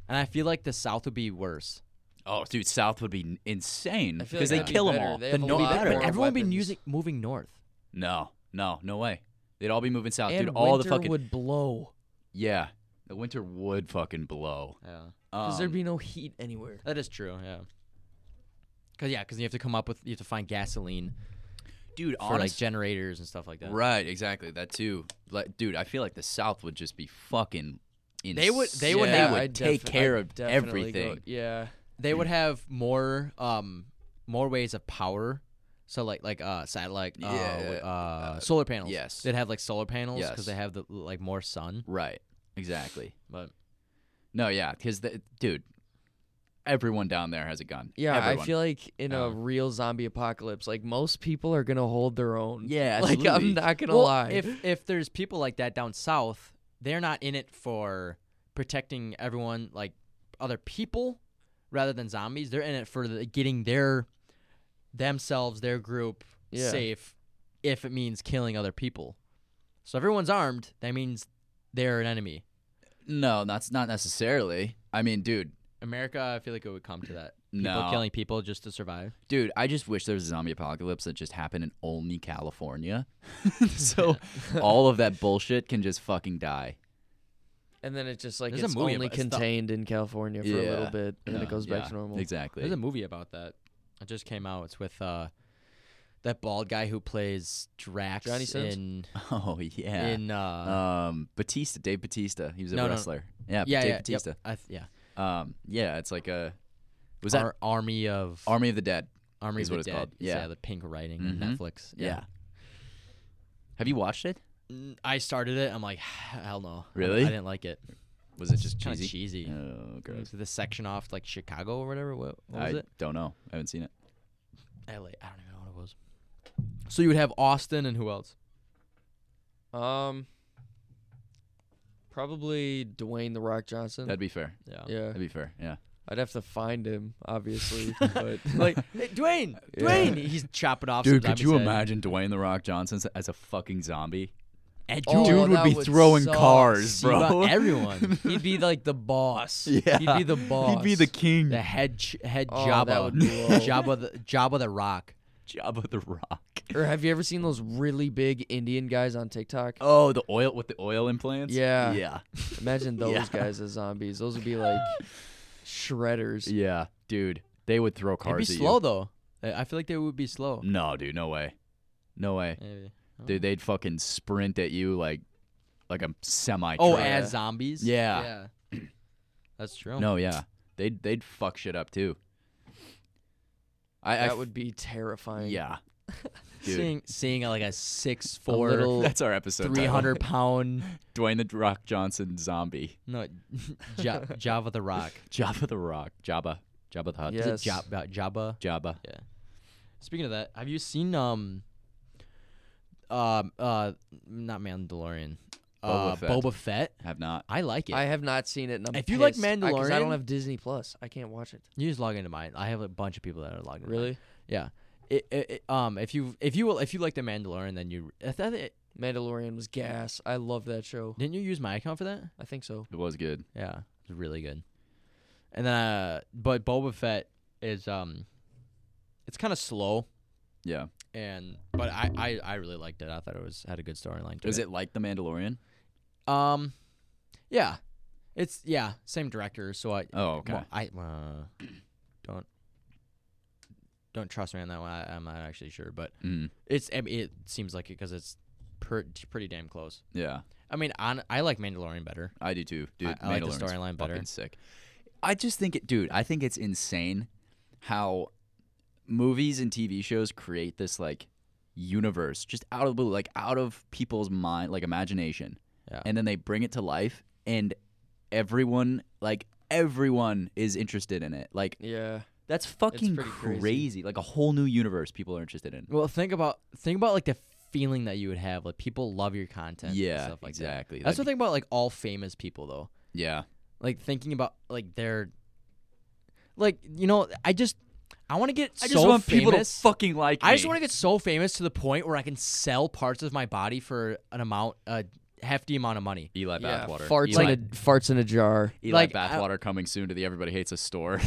And I feel like the South would be worse. Oh, dude, South would be n- insane I feel because like that'd they be kill them better. all. They The have a north, lot but more everyone would be weapons. music, moving north. no, no, no way. They'd all be moving south, and Oh, dude. All the winter fucking would blow. yeah, the winter would fucking blow. Yeah, Because there'd Um, be no heat anywhere. that is true. Yeah, because yeah, because you have to come up with you have to find gasoline dude, for like honest, generators and stuff like that. right? Exactly that too. Like, dude, I feel like the South would just be fucking. Insane. They would- they would yeah, have- I'd take defi- care I'd of definitely everything. Go, yeah. they would have more um more ways of power so like like uh satellite uh, Yeah, uh, solar panels yes. they'd have like solar panels because Yes. they have the like more sun Right, exactly. but No, yeah, because dude, everyone down there has a gun. Yeah, I Everyone. Um, feel like in a Yeah. real zombie apocalypse, like most people are gonna hold their own. Yeah, like absolutely. I'm not gonna lie. if if there's people like that down south they're not in it for protecting everyone like other people rather than zombies they're in it for the, getting their themselves their group Yeah. safe if it means killing other people so everyone's armed that means they're an enemy No, that's not necessarily. I mean, dude, America, I feel like it would come to that. People No. killing people just to survive. Dude, I just wish there was a zombie apocalypse that just happened in only California. so all of that bullshit can just fucking die. and then it just like There's a it's movie only about- it's the- contained in California for a little Yeah. bit, and then it Yeah. goes Yeah, back to normal. Exactly. There's a movie about that. It just came out. It's with uh, that bald guy who plays Drax Johnny Sins? in oh yeah. in uh, um Batista, Dave Batista. He was a No, no, no. wrestler. Yeah, yeah, yeah, Dave yep. Batista. I th- yeah. Um yeah, it's like a was that Ar- Army of Army of the Dead? Army is of the what it's Dead. called. Yeah. the pink writing on Mhm. Netflix. Have you watched it? Mm, I started it. I'm like, hell no. Really? I didn't like it. Was it just Kind of cheesy? cheesy. It Oh, was gross. the section off like Chicago or whatever. What, what was I it? don't know. I haven't seen it. LA. I don't even know what it was. So you would have Austin and who else? Um, probably Dwayne the Rock Johnson. That'd be fair. yeah, That'd be fair. Yeah. I'd have to find him, obviously. but like hey, Dwayne, Yeah. Dwayne, he's chopping off. Dude, some could you zombie's head. imagine Dwayne the Rock Johnson as a fucking zombie? And Oh, dude, that would suck. cars, see about everyone. he'd be like the boss. Yeah. he'd be the boss. He'd be the king. the head ch- head Oh, Jabba, that would blow. Jabba the Jabba the Rock. Jabba the Rock. Or have you ever seen those really big Indian guys on TikTok? Oh, the oil with the oil implants. Yeah. yeah, Imagine those Yeah. guys as zombies. Those would be like shredders. yeah, dude. They would throw It'd be cars at slow though. I I feel like they would be slow. you. No, dude, no way, no way, Maybe. dude. They'd fucking sprint at you like, like a semi. Oh, yeah. as zombies. Yeah. Yeah. That's true. no, yeah. They'd they'd fuck shit up too. I, I That f- would be terrifying. yeah. Dude. Seeing seeing like a six A four, little- That's our episode. three title. hundred pound Dwayne the Rock Johnson zombie. no Ja- Java the Rock. Jabba the Rock. Jabba. Jabba the Hutt. Yeah. Yes. Is it Jab- uh, Jabba? Jabba. Speaking of that, have you seen um, um uh, not Mandalorian, uh, Boba Fett. Boba Fett? Have not. I like it. I have not seen it. And I'm If you like pissed. I- 'cause I, Mandalorian- don't have Disney Plus. I can't watch it. you just log into mine. I have a bunch of people that are logged. into mine. Yeah. It, it, it- um, if you if you if you like the Mandalorian, then you I thought it, Mandalorian was gas. I love that show. didn't you use my account for that? I think so. It was good. Yeah, it's really good. And then, uh, but Boba Fett is um, it's kind of slow, Yeah. and but I, I I really liked it. I thought it was had a good storyline. to Is it like The Mandalorian? Um, yeah, it's yeah, same director. So I, Oh, okay. well, I uh, don't don't trust me on that one. I, I'm not actually sure, but Mm. it's I mean, it seems like it because it's per, pretty damn close. Yeah. I mean, on I like Mandalorian better. I do too, dude. I like the Mandalorian's storyline better. fucking Sick. I just think it, dude. I think it's insane how movies and TV shows create this like universe just out of the blue, like out of people's mind, like imagination, Yeah. and then they bring it to life, and everyone, like everyone, is interested in it. Like Yeah. that's fucking pretty crazy. crazy. Like a whole new universe people are interested in. Well, think about think about like the feeling that you would have. Like people love your content. and yeah, stuff like that. exactly. That's That'd what I think about like all famous people though. be- yeah, like thinking about like their like you know i just i want to get I so just want famous. people to fucking like. i just want to get so famous to the point where i can sell parts of my body for an amount a hefty amount of money Eli yeah. Bathwater. Farts Eli, in a farts in a jar. Eli like, I- Bathwater coming soon to the Everybody Hates Us store.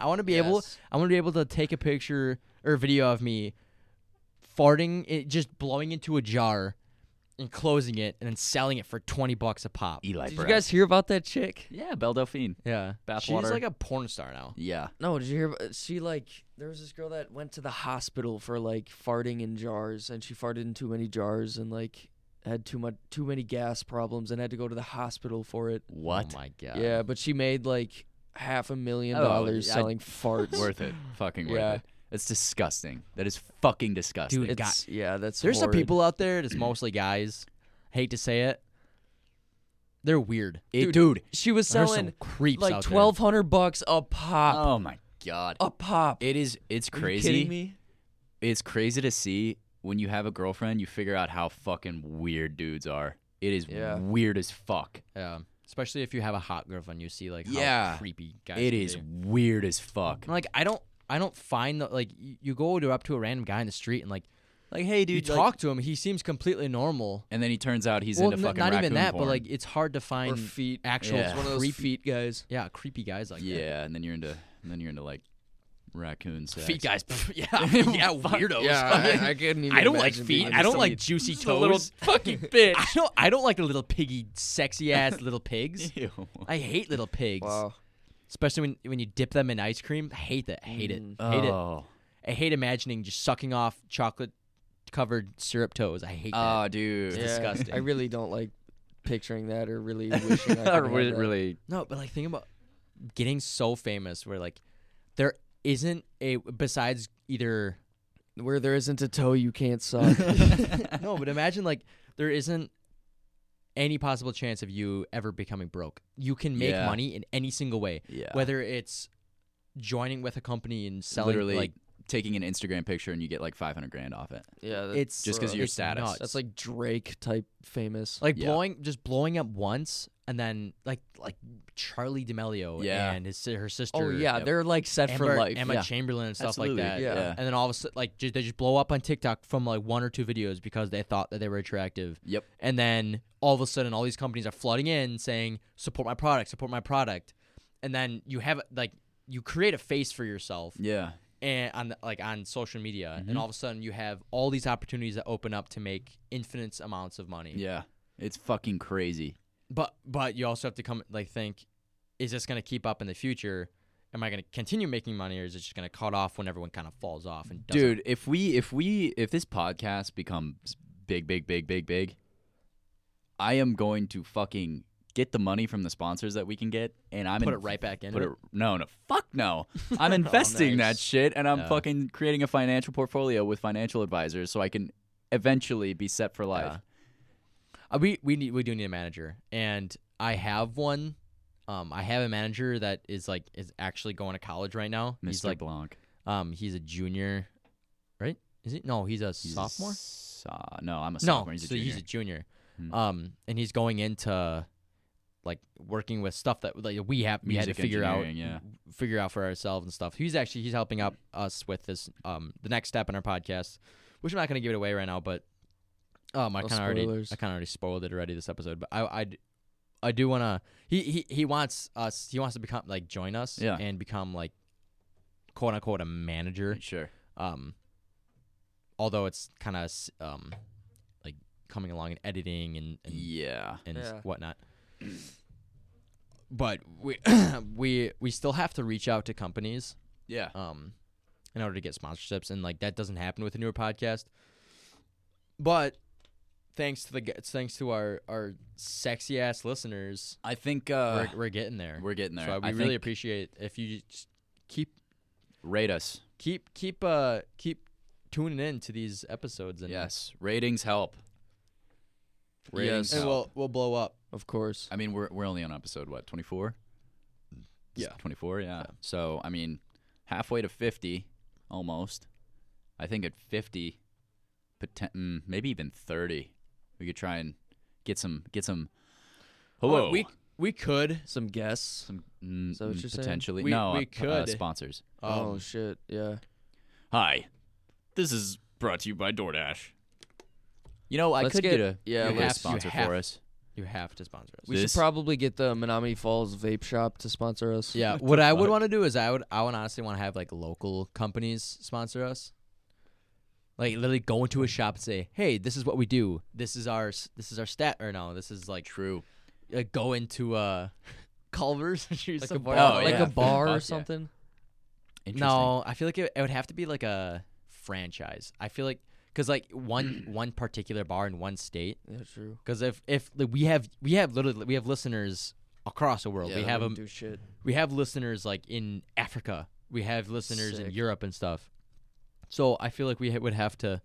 i want to be able Yes. i want to be able to take a picture or video of me farting it just blowing into a jar and closing it and then selling it for 20 bucks a pop Eli. Did you guys hear about that chick? Yeah, Belle Delphine. yeah she's Bathwater. like a porn star now Yeah. No, did you hear? About, she like there was this girl that went to the hospital for like farting in jars, and she farted in too many jars, and like had too much too many gas problems, and had to go to the hospital for it. What? oh my god Yeah, but she made like half a million Oh, dollars I- selling farts. worth it. Fucking worth Yeah. it. That's disgusting. That is fucking disgusting. Dude, It's- yeah, that's There's some horrid. people out there that's mostly guys. Hate to say it. They're weird. It- dude, dude. She was There's some selling creeps like out there. twelve hundred bucks a pop, Oh my god. a pop. It is. It's Are you crazy. kidding me? It's crazy to see when you have a girlfriend. You figure out how fucking weird dudes are. It is Yeah. weird as fuck. Yeah. Especially if you have a hot girlfriend, you see like how Yeah. creepy guys. It can is be. weird as fuck. And, Like I don't, I don't find that like you, you go to up to a random guy in the street and like Like, hey, you talk to him, he seems completely normal. and then he turns out he's well, into n- fucking not even raccoon that, porn. but like it's hard to find feet. actual Yeah. It's one of those creepy, feet guys. yeah, creepy guys like yeah, that. and then you're into, and then you're into like raccoon sex. Feet guys, yeah, yeah, weirdos. I, I couldn't even. I don't like imagine feet. being I don't someone- like juicy toes. fucking bitch. I don't. I don't like the little piggy, sexy ass little pigs. Ew. I hate little pigs, Wow. especially when when you dip them in ice cream. I hate that. I hate it. I hate it. oh. I hate imagining just sucking off chocolate covered syrup toes. I hate that. Oh, dude. Yeah, disgusting. I really don't like picturing that or really wishing I could Or have was it that. really No, but like think about getting so famous where like there isn't a besides either where there isn't a toe you can't suck. no, but imagine like there isn't any possible chance of you ever becoming broke. You can make Yeah. money in any single way, yeah. whether it's joining with a company and selling literally like taking an Instagram picture and you get like 500 grand off it. yeah, that- it's Just 'cause Bro. your it's status. nuts. that's like Drake type famous. like Yeah. blowing just blowing up once and then like like Charlie D'Amelio Yeah. and his her sister oh yeah, they're like set Amber, for life. Emma yeah. Chamberlain and stuff Absolutely, like that yeah. yeah. and then all of a sudden like just, they just blow up on TikTok from like one or two videos because they thought that they were attractive Yep. and then all of a sudden all these companies are flooding in saying support my product support my product and then you have like you create a face for yourself Yeah. and on the- like on social media Mm-hmm. and all of a sudden you have all these opportunities that open up to make infinite amounts of money Yeah. It's fucking crazy. but but you also have to come like think is this going to keep up in the future am i going to continue making money or is it just going to cut off when everyone kind of falls off and doesn't? Dude, if we if we if this podcast becomes big big big big big I am going to fucking get the money from the sponsors that we can get, and I'm Put in- it right back in put it. Oh, it- no, no, fuck no. I'm investing that nice. shit, and I'm Yeah. fucking creating a financial portfolio with financial advisors, so I can eventually be set for life. Uh, we we need we do need a manager, and I have one. Um, I have a manager that is like is actually going to college right now. He's Mr. like Blanc, um he's a junior, right? Is he? No, he's a He's a sophomore. so- no, I'm No, a sophomore. he's a so junior. he's a junior. Hmm. Um, and he's going into like working with stuff that like we have we had to Music figure out engineering, yeah. figure out for ourselves and stuff. He's actually he's helping out us with this um the next step in our podcast, which I'm not gonna give it away right now, but um I No Oh, kind of already spoilers. I kind of already spoiled it already this episode, but I I I do wanna he, he he wants us he wants to become like join us Yeah. and become like quote unquote a manager sure. um although it's kind of um like coming along and editing and and, Yeah, and s- Yeah. whatnot but we we we still have to reach out to companies yeah. um in order to get sponsorships and like that doesn't happen with a newer podcast but thanks to the gu- thanks to our our sexy ass listeners I think uh, we're, we're getting there we're, getting there. so we I really think- appreciate if you just keep rate us. keep keep uh keep tuning in to these episodes and Yes, ratings help. Yes. Ratings and help. we'll we'll blow up Of course. I mean, we're we're only on episode what twenty four. Yeah. twenty four. Yeah. So I mean, halfway to fifty, almost. I think at fifty, poten- mm, maybe even thirty, we could try and get some get some. Hello. we we could Some guests. some mm, Is that what mm, you're saying? potentially We- no we uh, uh, could. sponsors. oh um, shit. Yeah. Hi, this is brought to you by DoorDash. You know, I Let's could get- get, a yeah, get let's- a little You sponsor have- for us. you have to sponsor us We This- should probably get the Manami Falls vape shop to sponsor us. yeah what i would fuck? want to do is i would i would honestly want to have like local companies sponsor us like literally go into a shop and say hey this is what we do this is our s- this is our stat or no this is like True. like go into uh culver's and choose Like a some bar, bar- bar- oh, like yeah. a bar Fuck yeah. or something. Interesting. No, I feel like it, it would have to be like a franchise. I feel like because like one one particular bar in one state. Yeah, true. Because if if like, we have we have literally we have listeners across the world. Yeah, we that have wouldn't them. do shit. We have listeners like in Africa. We have listeners in Sick. Europe and stuff. So I feel like we ha- would have to.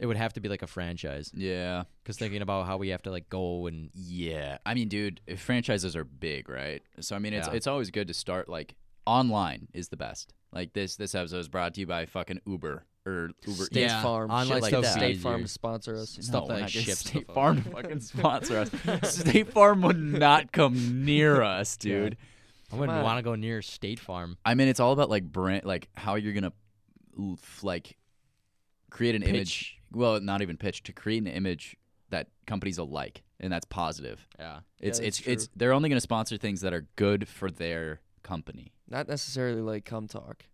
It would have to be like a franchise. Yeah. Because thinking about how we have to like go and Yeah, I mean, dude, if franchises are big, right? So I mean, it's Yeah. it's always good to start like online is the best. Like this this episode is brought to you by fucking Uber or Uber State Eats. Yeah, Farm. online shit like stuff's that. State easier. Farm to sponsor us. stuff No, that we're not ships getting stuff State over. Farm to fucking sponsor us. State Farm would not come near us, dude. I wouldn't on. want to go near State Farm. I mean, it's all about like brand, like how you're gonna l- f- like create an image. Well, not even pitch to create an image that companies will like, and that's positive. Yeah. It's Yeah, it's that's it's they're only gonna sponsor things that are good for their company. Not necessarily like cum talk.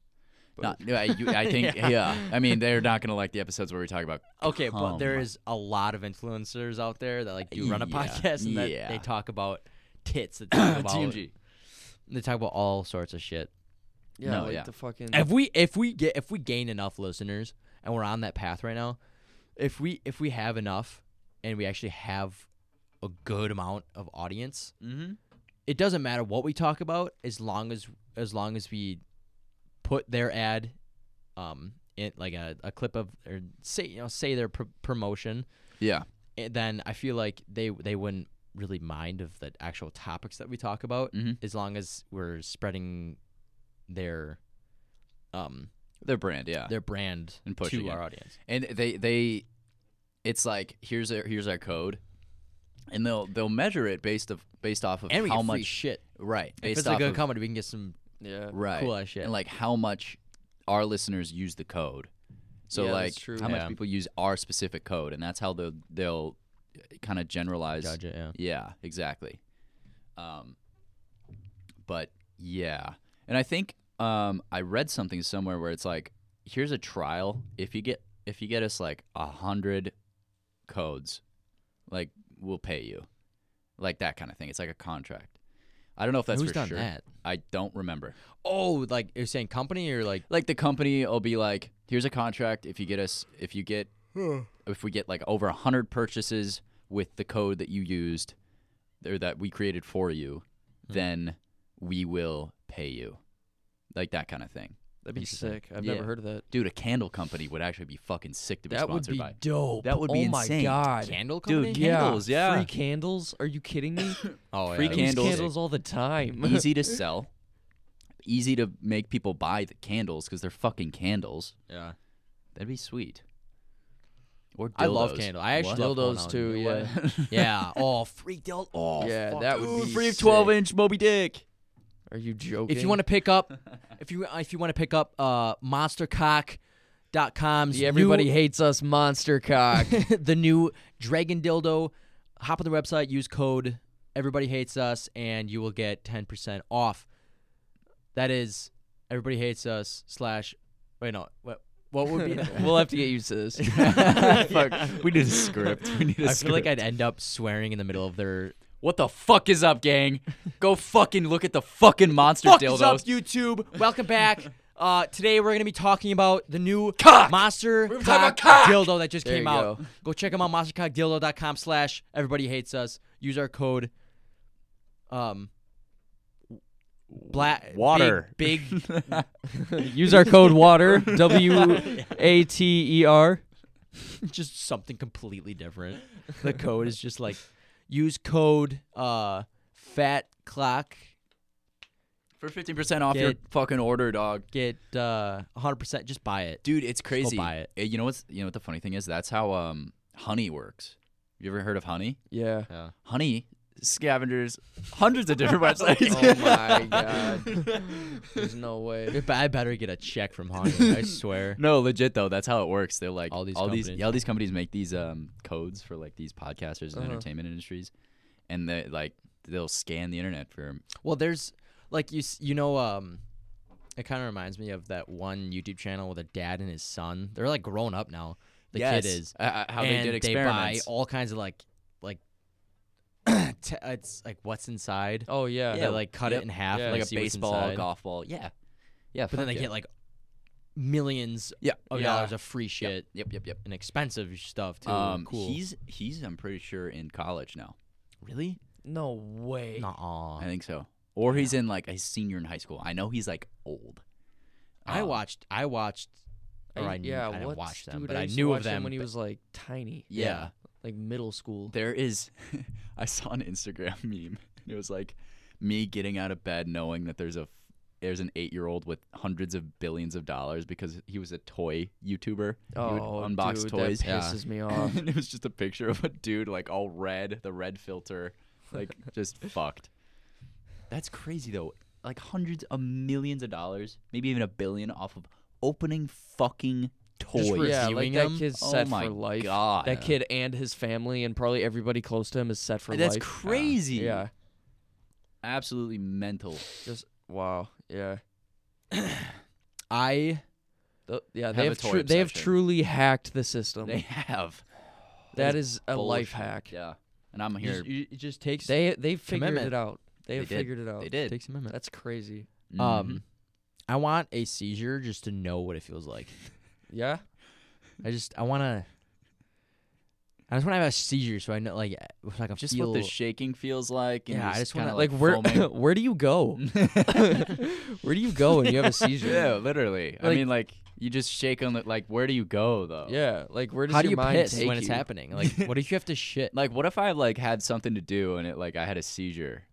Not, no, I, you, I think yeah. Yeah. I mean, they're not gonna like the episodes where we talk about. Okay, but there cum. is a lot of influencers out there that like do run a Yeah, podcast and that yeah. they talk about tits. They talk about TMG. They talk about all sorts of shit. Yeah, No, like yeah. the fucking. If we if we get if we gain enough listeners and we're on that path right now, if we if we have enough and we actually have a good amount of audience, Mm-hmm. it doesn't matter what we talk about as long as as long as we put their ad um in like a, a clip of or say you know say their pr- promotion Yeah, and eh, then I feel like they they wouldn't really mind of the actual topics that we talk about Mhm. as long as we're spreading their um their brand. Yeah, their brand Uh, And pushing to our it. audience. and they they, it's like here's our here's our code, and they'll they'll measure it based of based off of And we how get free much shit. right If based it's off a good of, company, we can get some yeah. right cool ass shit. and like how much our listeners use the code. So Yeah, like that's true. how Yeah. much people use our specific code, and that's how they'll they'll kind of generalize judge it, yeah. Yeah, exactly. Um, but yeah, and I think um, I read something somewhere where it's like, here's a trial. If you get if you get us like a hundred codes, like we'll pay you, like that kind of thing. It's like a contract. I don't know if that's Who's for done sure. that? I don't remember. Oh, like you're saying company or like Like the company will be like, here's a contract. If you get us, if you get, Hmm. if we get like over a hundred purchases with the code that you used, or that we created for you, Hmm. then we will pay you. Like that kind of thing. That'd be Interesting. sick. I've Yeah. never heard of that. Dude, a candle company would actually be fucking sick to be That would sponsored be by. dope. That would be oh insane. my god. Candle company? Dude, Yeah. candles, yeah. Free candles? Are you kidding me? oh, I yeah, free that'd be use Candles. candles all the time. easy to sell, easy to make people buy the candles because they're fucking candles. sick. Yeah. That'd be sweet. Or dildos. I love candles. I actually Dildos love pulling out too, new- yeah. yeah. Oh, free dildo. Oh, Yeah, fuck. that would Ooh, be free sick. 12 inch Moby Dick. Are you joking? If you want to pick up, if you if you want to pick up uh, monstercock.com's Yeah, everybody new, hates us, monster cock. the new dragon dildo, hop on the website, use code everybody hates us, and you will get ten percent off. That is everybody hates us slash wait no what what would be that? we'll have to get used to this. Fuck. We need a script. We need a I script. feel like I'd end up swearing in the middle of their what the fuck is up, gang? Go fucking look at the fucking monster Fuck dildos. is up, YouTube? Welcome back. Uh, today we're gonna be talking about the new Cock. monster gonna talk about cock cock. dildo that just There came you out. go. Go, check them out, monstercockdildo.com slash everybody hates us. Use our code um black Water. Big, big Use our code water W A T E R. just something completely different. The code is just like use code uh fat clock For 15% off your Get- fucking order, dog. get uh 100% just buy it. Dude, it's crazy. buy it. Uh, You know what's you know what the funny thing is? That's how um honey works. You ever heard of honey? Yeah. Yeah. Honey scavengers hundreds of different websites. Oh my god. There's no way. But I better get a check from Honda. I swear. No, legit though. That's how it works. They're like All these all these companies. yeah, all these companies make these um codes for like these podcasters and Uh-huh. entertainment industries, and they like they'll scan the internet for Well, there's like you s- you know um, it kind of reminds me of that one YouTube channel with a dad and his son. They're like grown up now. The kid is uh, how and they did buy experiments. all kinds of like like t- it's like what's inside. Oh yeah. they like cut it yep, in half, yeah. and like a see what's baseball, inside. a golf ball. Yeah, yeah. But then they get like millions yeah, of yeah. dollars of free shit Yep, yep, yep. yep. and expensive stuff too. Um, cool. he's he's I'm pretty sure in college now. really No way. nuh I think so, or he's in like a senior in high school. I know he's like old. I Um, watched. I watched. I- Or I, kn- yeah, I didn't what's- watch them, dude, but I, used to knew watch of them. him when he but- was like tiny, yeah. like middle school. There is, I saw an Instagram meme. It was like me getting out of bed knowing that there's a there's an eight year old with hundreds of billions of dollars because he was a toy YouTuber. Oh, he would unbox dude, toys. That pisses me off. and it was just a picture of a dude like all red, the red filter, like just fucked. That's crazy though. Like hundreds of millions of dollars, maybe even a billion off of opening fucking toys. for- yeah, like reviewing that them? kid's Oh set my for life. God. That kid and his family and probably everybody close to him is set for That's life. crazy. Yeah. Absolutely mental. Just wow. Yeah. I Th- yeah, Have a they have, toy tru- they have obsession. truly hacked the system. They have. that is a life bullshit. hack. Yeah. And I'm you, here. just- you- it just takes They they figured Commitment. it out. They They have did. figured it out. They did. takes a minute. That's crazy. Mm-hmm. Um, I want a seizure just to know what it feels like. Yeah. I just I want to. I just want to have a seizure so I know like so I can just feel. what the shaking feels like. And Yeah, I just just wanna- kinda, Like, where foaming. where do you go? where do you go when you have a seizure? yeah, literally. I Like- mean, like you just shake on it. Like, where do you go though? Yeah, like where does how do your you mind piss take when it's you? happening? Like what if you have to shit? Like, what if I like had something to do and it like I had a seizure?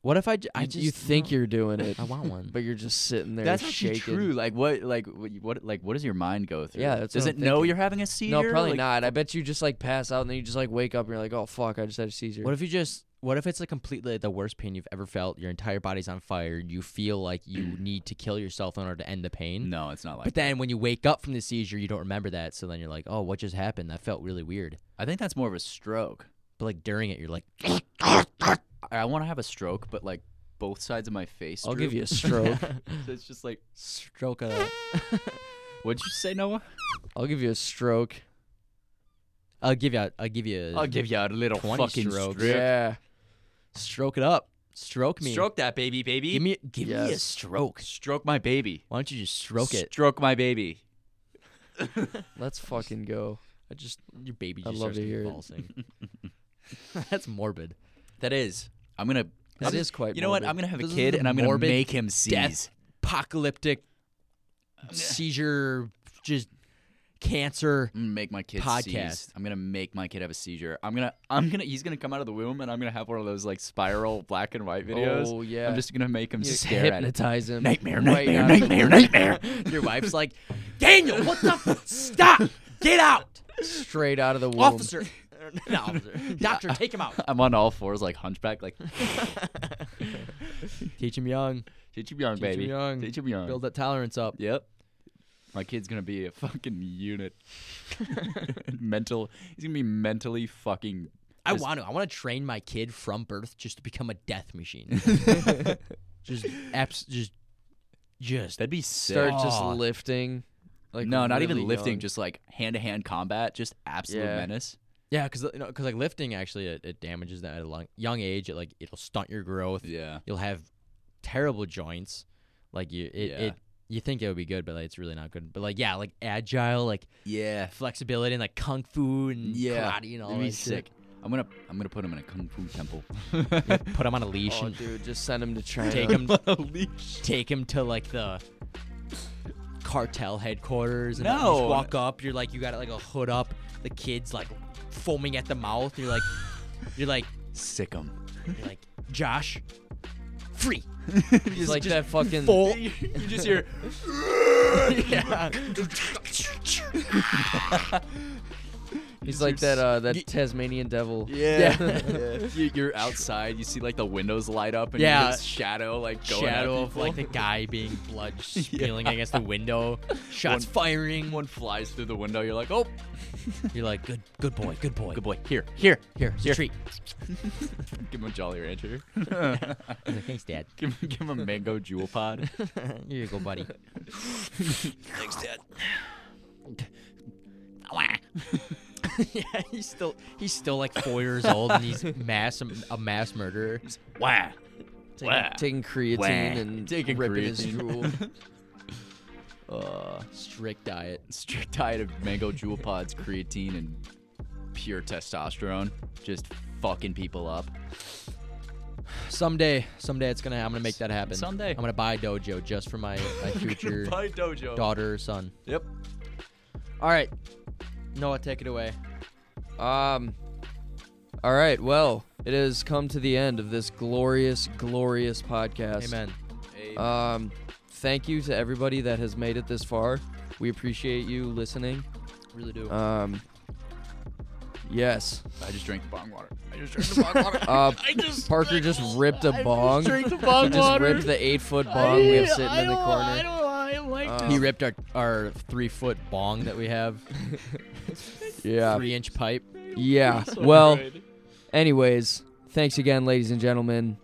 What if I, j- I You- just you think you're doing it, I want one. but you're just sitting there. That's actually shaking. true. Like, what, like, what, what- like, what does your mind go through? Yeah, that's does what it I'm know thinking. you're having a seizure? No, probably Like, not. I bet you just like pass out and then you just like wake up and you're like, oh fuck, I just had a seizure. What if you just what if it's like completely the worst pain you've ever felt? Your entire body's on fire. You feel like you need to kill yourself in order to end the pain. No, it's not like. But that. then when you wake up from the seizure, you don't remember that. So then you're like, oh, what just happened? That felt really weird. I think that's more of a stroke. But like during it, you're like, I, I want to have a stroke, but like both sides of my face. I'll give you a droop. stroke. So it's just like, stroke a. what'd you say, Noah? I'll give you a stroke. I'll give you. A, I'll give you. A, I'll give you a little 20 fucking strokes. strip. Yeah. stroke it up. Stroke me. Stroke that baby, baby. Give me. Give me a Yes. stroke. stroke my baby. Why don't you just stroke it? Stroke my baby. Let's fucking go. I just your baby I'd just love starts to hear it. convulsing. That's morbid. That is I'm gonna. That I'm- is quite. You know morbid. what? I'm gonna have a This is kid the and I'm gonna morbid make him seize. death apocalyptic seizure, just cancer. I'm gonna make my kid Podcast. seize. I'm gonna make my kid have a seizure. I'm gonna. I'm gonna. He's gonna come out of the womb and I'm gonna have one of those like spiral black and white videos. Oh yeah. I'm just gonna make him You just stare at it. hypnotize him. Nightmare, Right nightmare, after- nightmare, nightmare. Your wife's like, Daniel, what the? F- stop! Get out, Straight out of the womb. officer. Not officer. Doctor, take him out. I'm on all fours, like hunchback, like Teach him young. teach him young, Teach 'em baby, young. teach him young. Build that tolerance up. Yep. My kid's gonna be a fucking unit. Mental. He's gonna be mentally fucking. I Just- want to. I want to train my kid from birth just to become a death machine. just, abs- just, just. That'd be sick. Start just Aw. lifting. Like no, not even really lifting. young. Just like hand to hand combat. Just absolute Yeah. menace. Yeah, because you know, 'cause, like lifting actually it, it damages that at a long, young age. It like it'll stunt your growth. Yeah. You'll have terrible joints. Like you, it, Yeah. it you think it would be good, but like, it's really not good. But like yeah, like agile, like Yeah. flexibility, and like kung fu and Yeah. karate and all That'd be that sick. I'm gonna. I'm gonna put him in a kung fu temple. Shit. Put him on a leash Oh, and dude, just send him to China. take him, a leash. take him to like the cartel headquarters and No. you just walk up. You're like you got like a hood up. The kid's like foaming at the mouth. You're like, you're like, Sick him. you're like Josh, free. He's like that fucking. full. you just hear. yeah. He's like that. Uh, that Tasmanian devil. Yeah. You- You're outside. You see like the windows light up and Yeah. you just shadow like going Shadow at of like the people. guy being blood spilling against the window, shots One- firing. One flies through the window. You're like, oh, You're like, good, good boy, good boy, good boy. Here, here, Here, it's a Here. treat. Give him a Jolly Rancher. He's like, Thanks, Dad. give, him, give him a mango jewel pod. Here you go, buddy. Thanks, Dad. yeah, he's still he's still like four years old and he's mass a mass murderer. Wow. Taking, Wah. taking creatine Wah. and Taking ripping his creatine. drool. Uh, Strict diet. strict diet of mango jewel pods, creatine, and pure testosterone. Just fucking people up. Someday, someday it's gonna. I'm gonna make that happen. Someday. I'm gonna buy a dojo just for my my future Bye, dojo. daughter or son. Yep. All right, Noah, take it away. Um. All right. Well, it has come to the end of this glorious, glorious podcast. Amen. Um, thank you to everybody that has made it this far. We appreciate you listening. Really do. Um. Yes. I just drank the bong water. I just drank the bong water. Uh, I just Parker just ripped a bong. drank the He bong just water. ripped the eight-foot bong we have sitting in the I corner. don't. I like Uh, he ripped our our three foot bong that we have, Yeah. three inch pipe. Yeah. Well. Anyways, thanks again, ladies and gentlemen.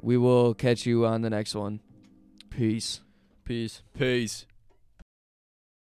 We will catch you on the next one. Peace. Peace. Peace.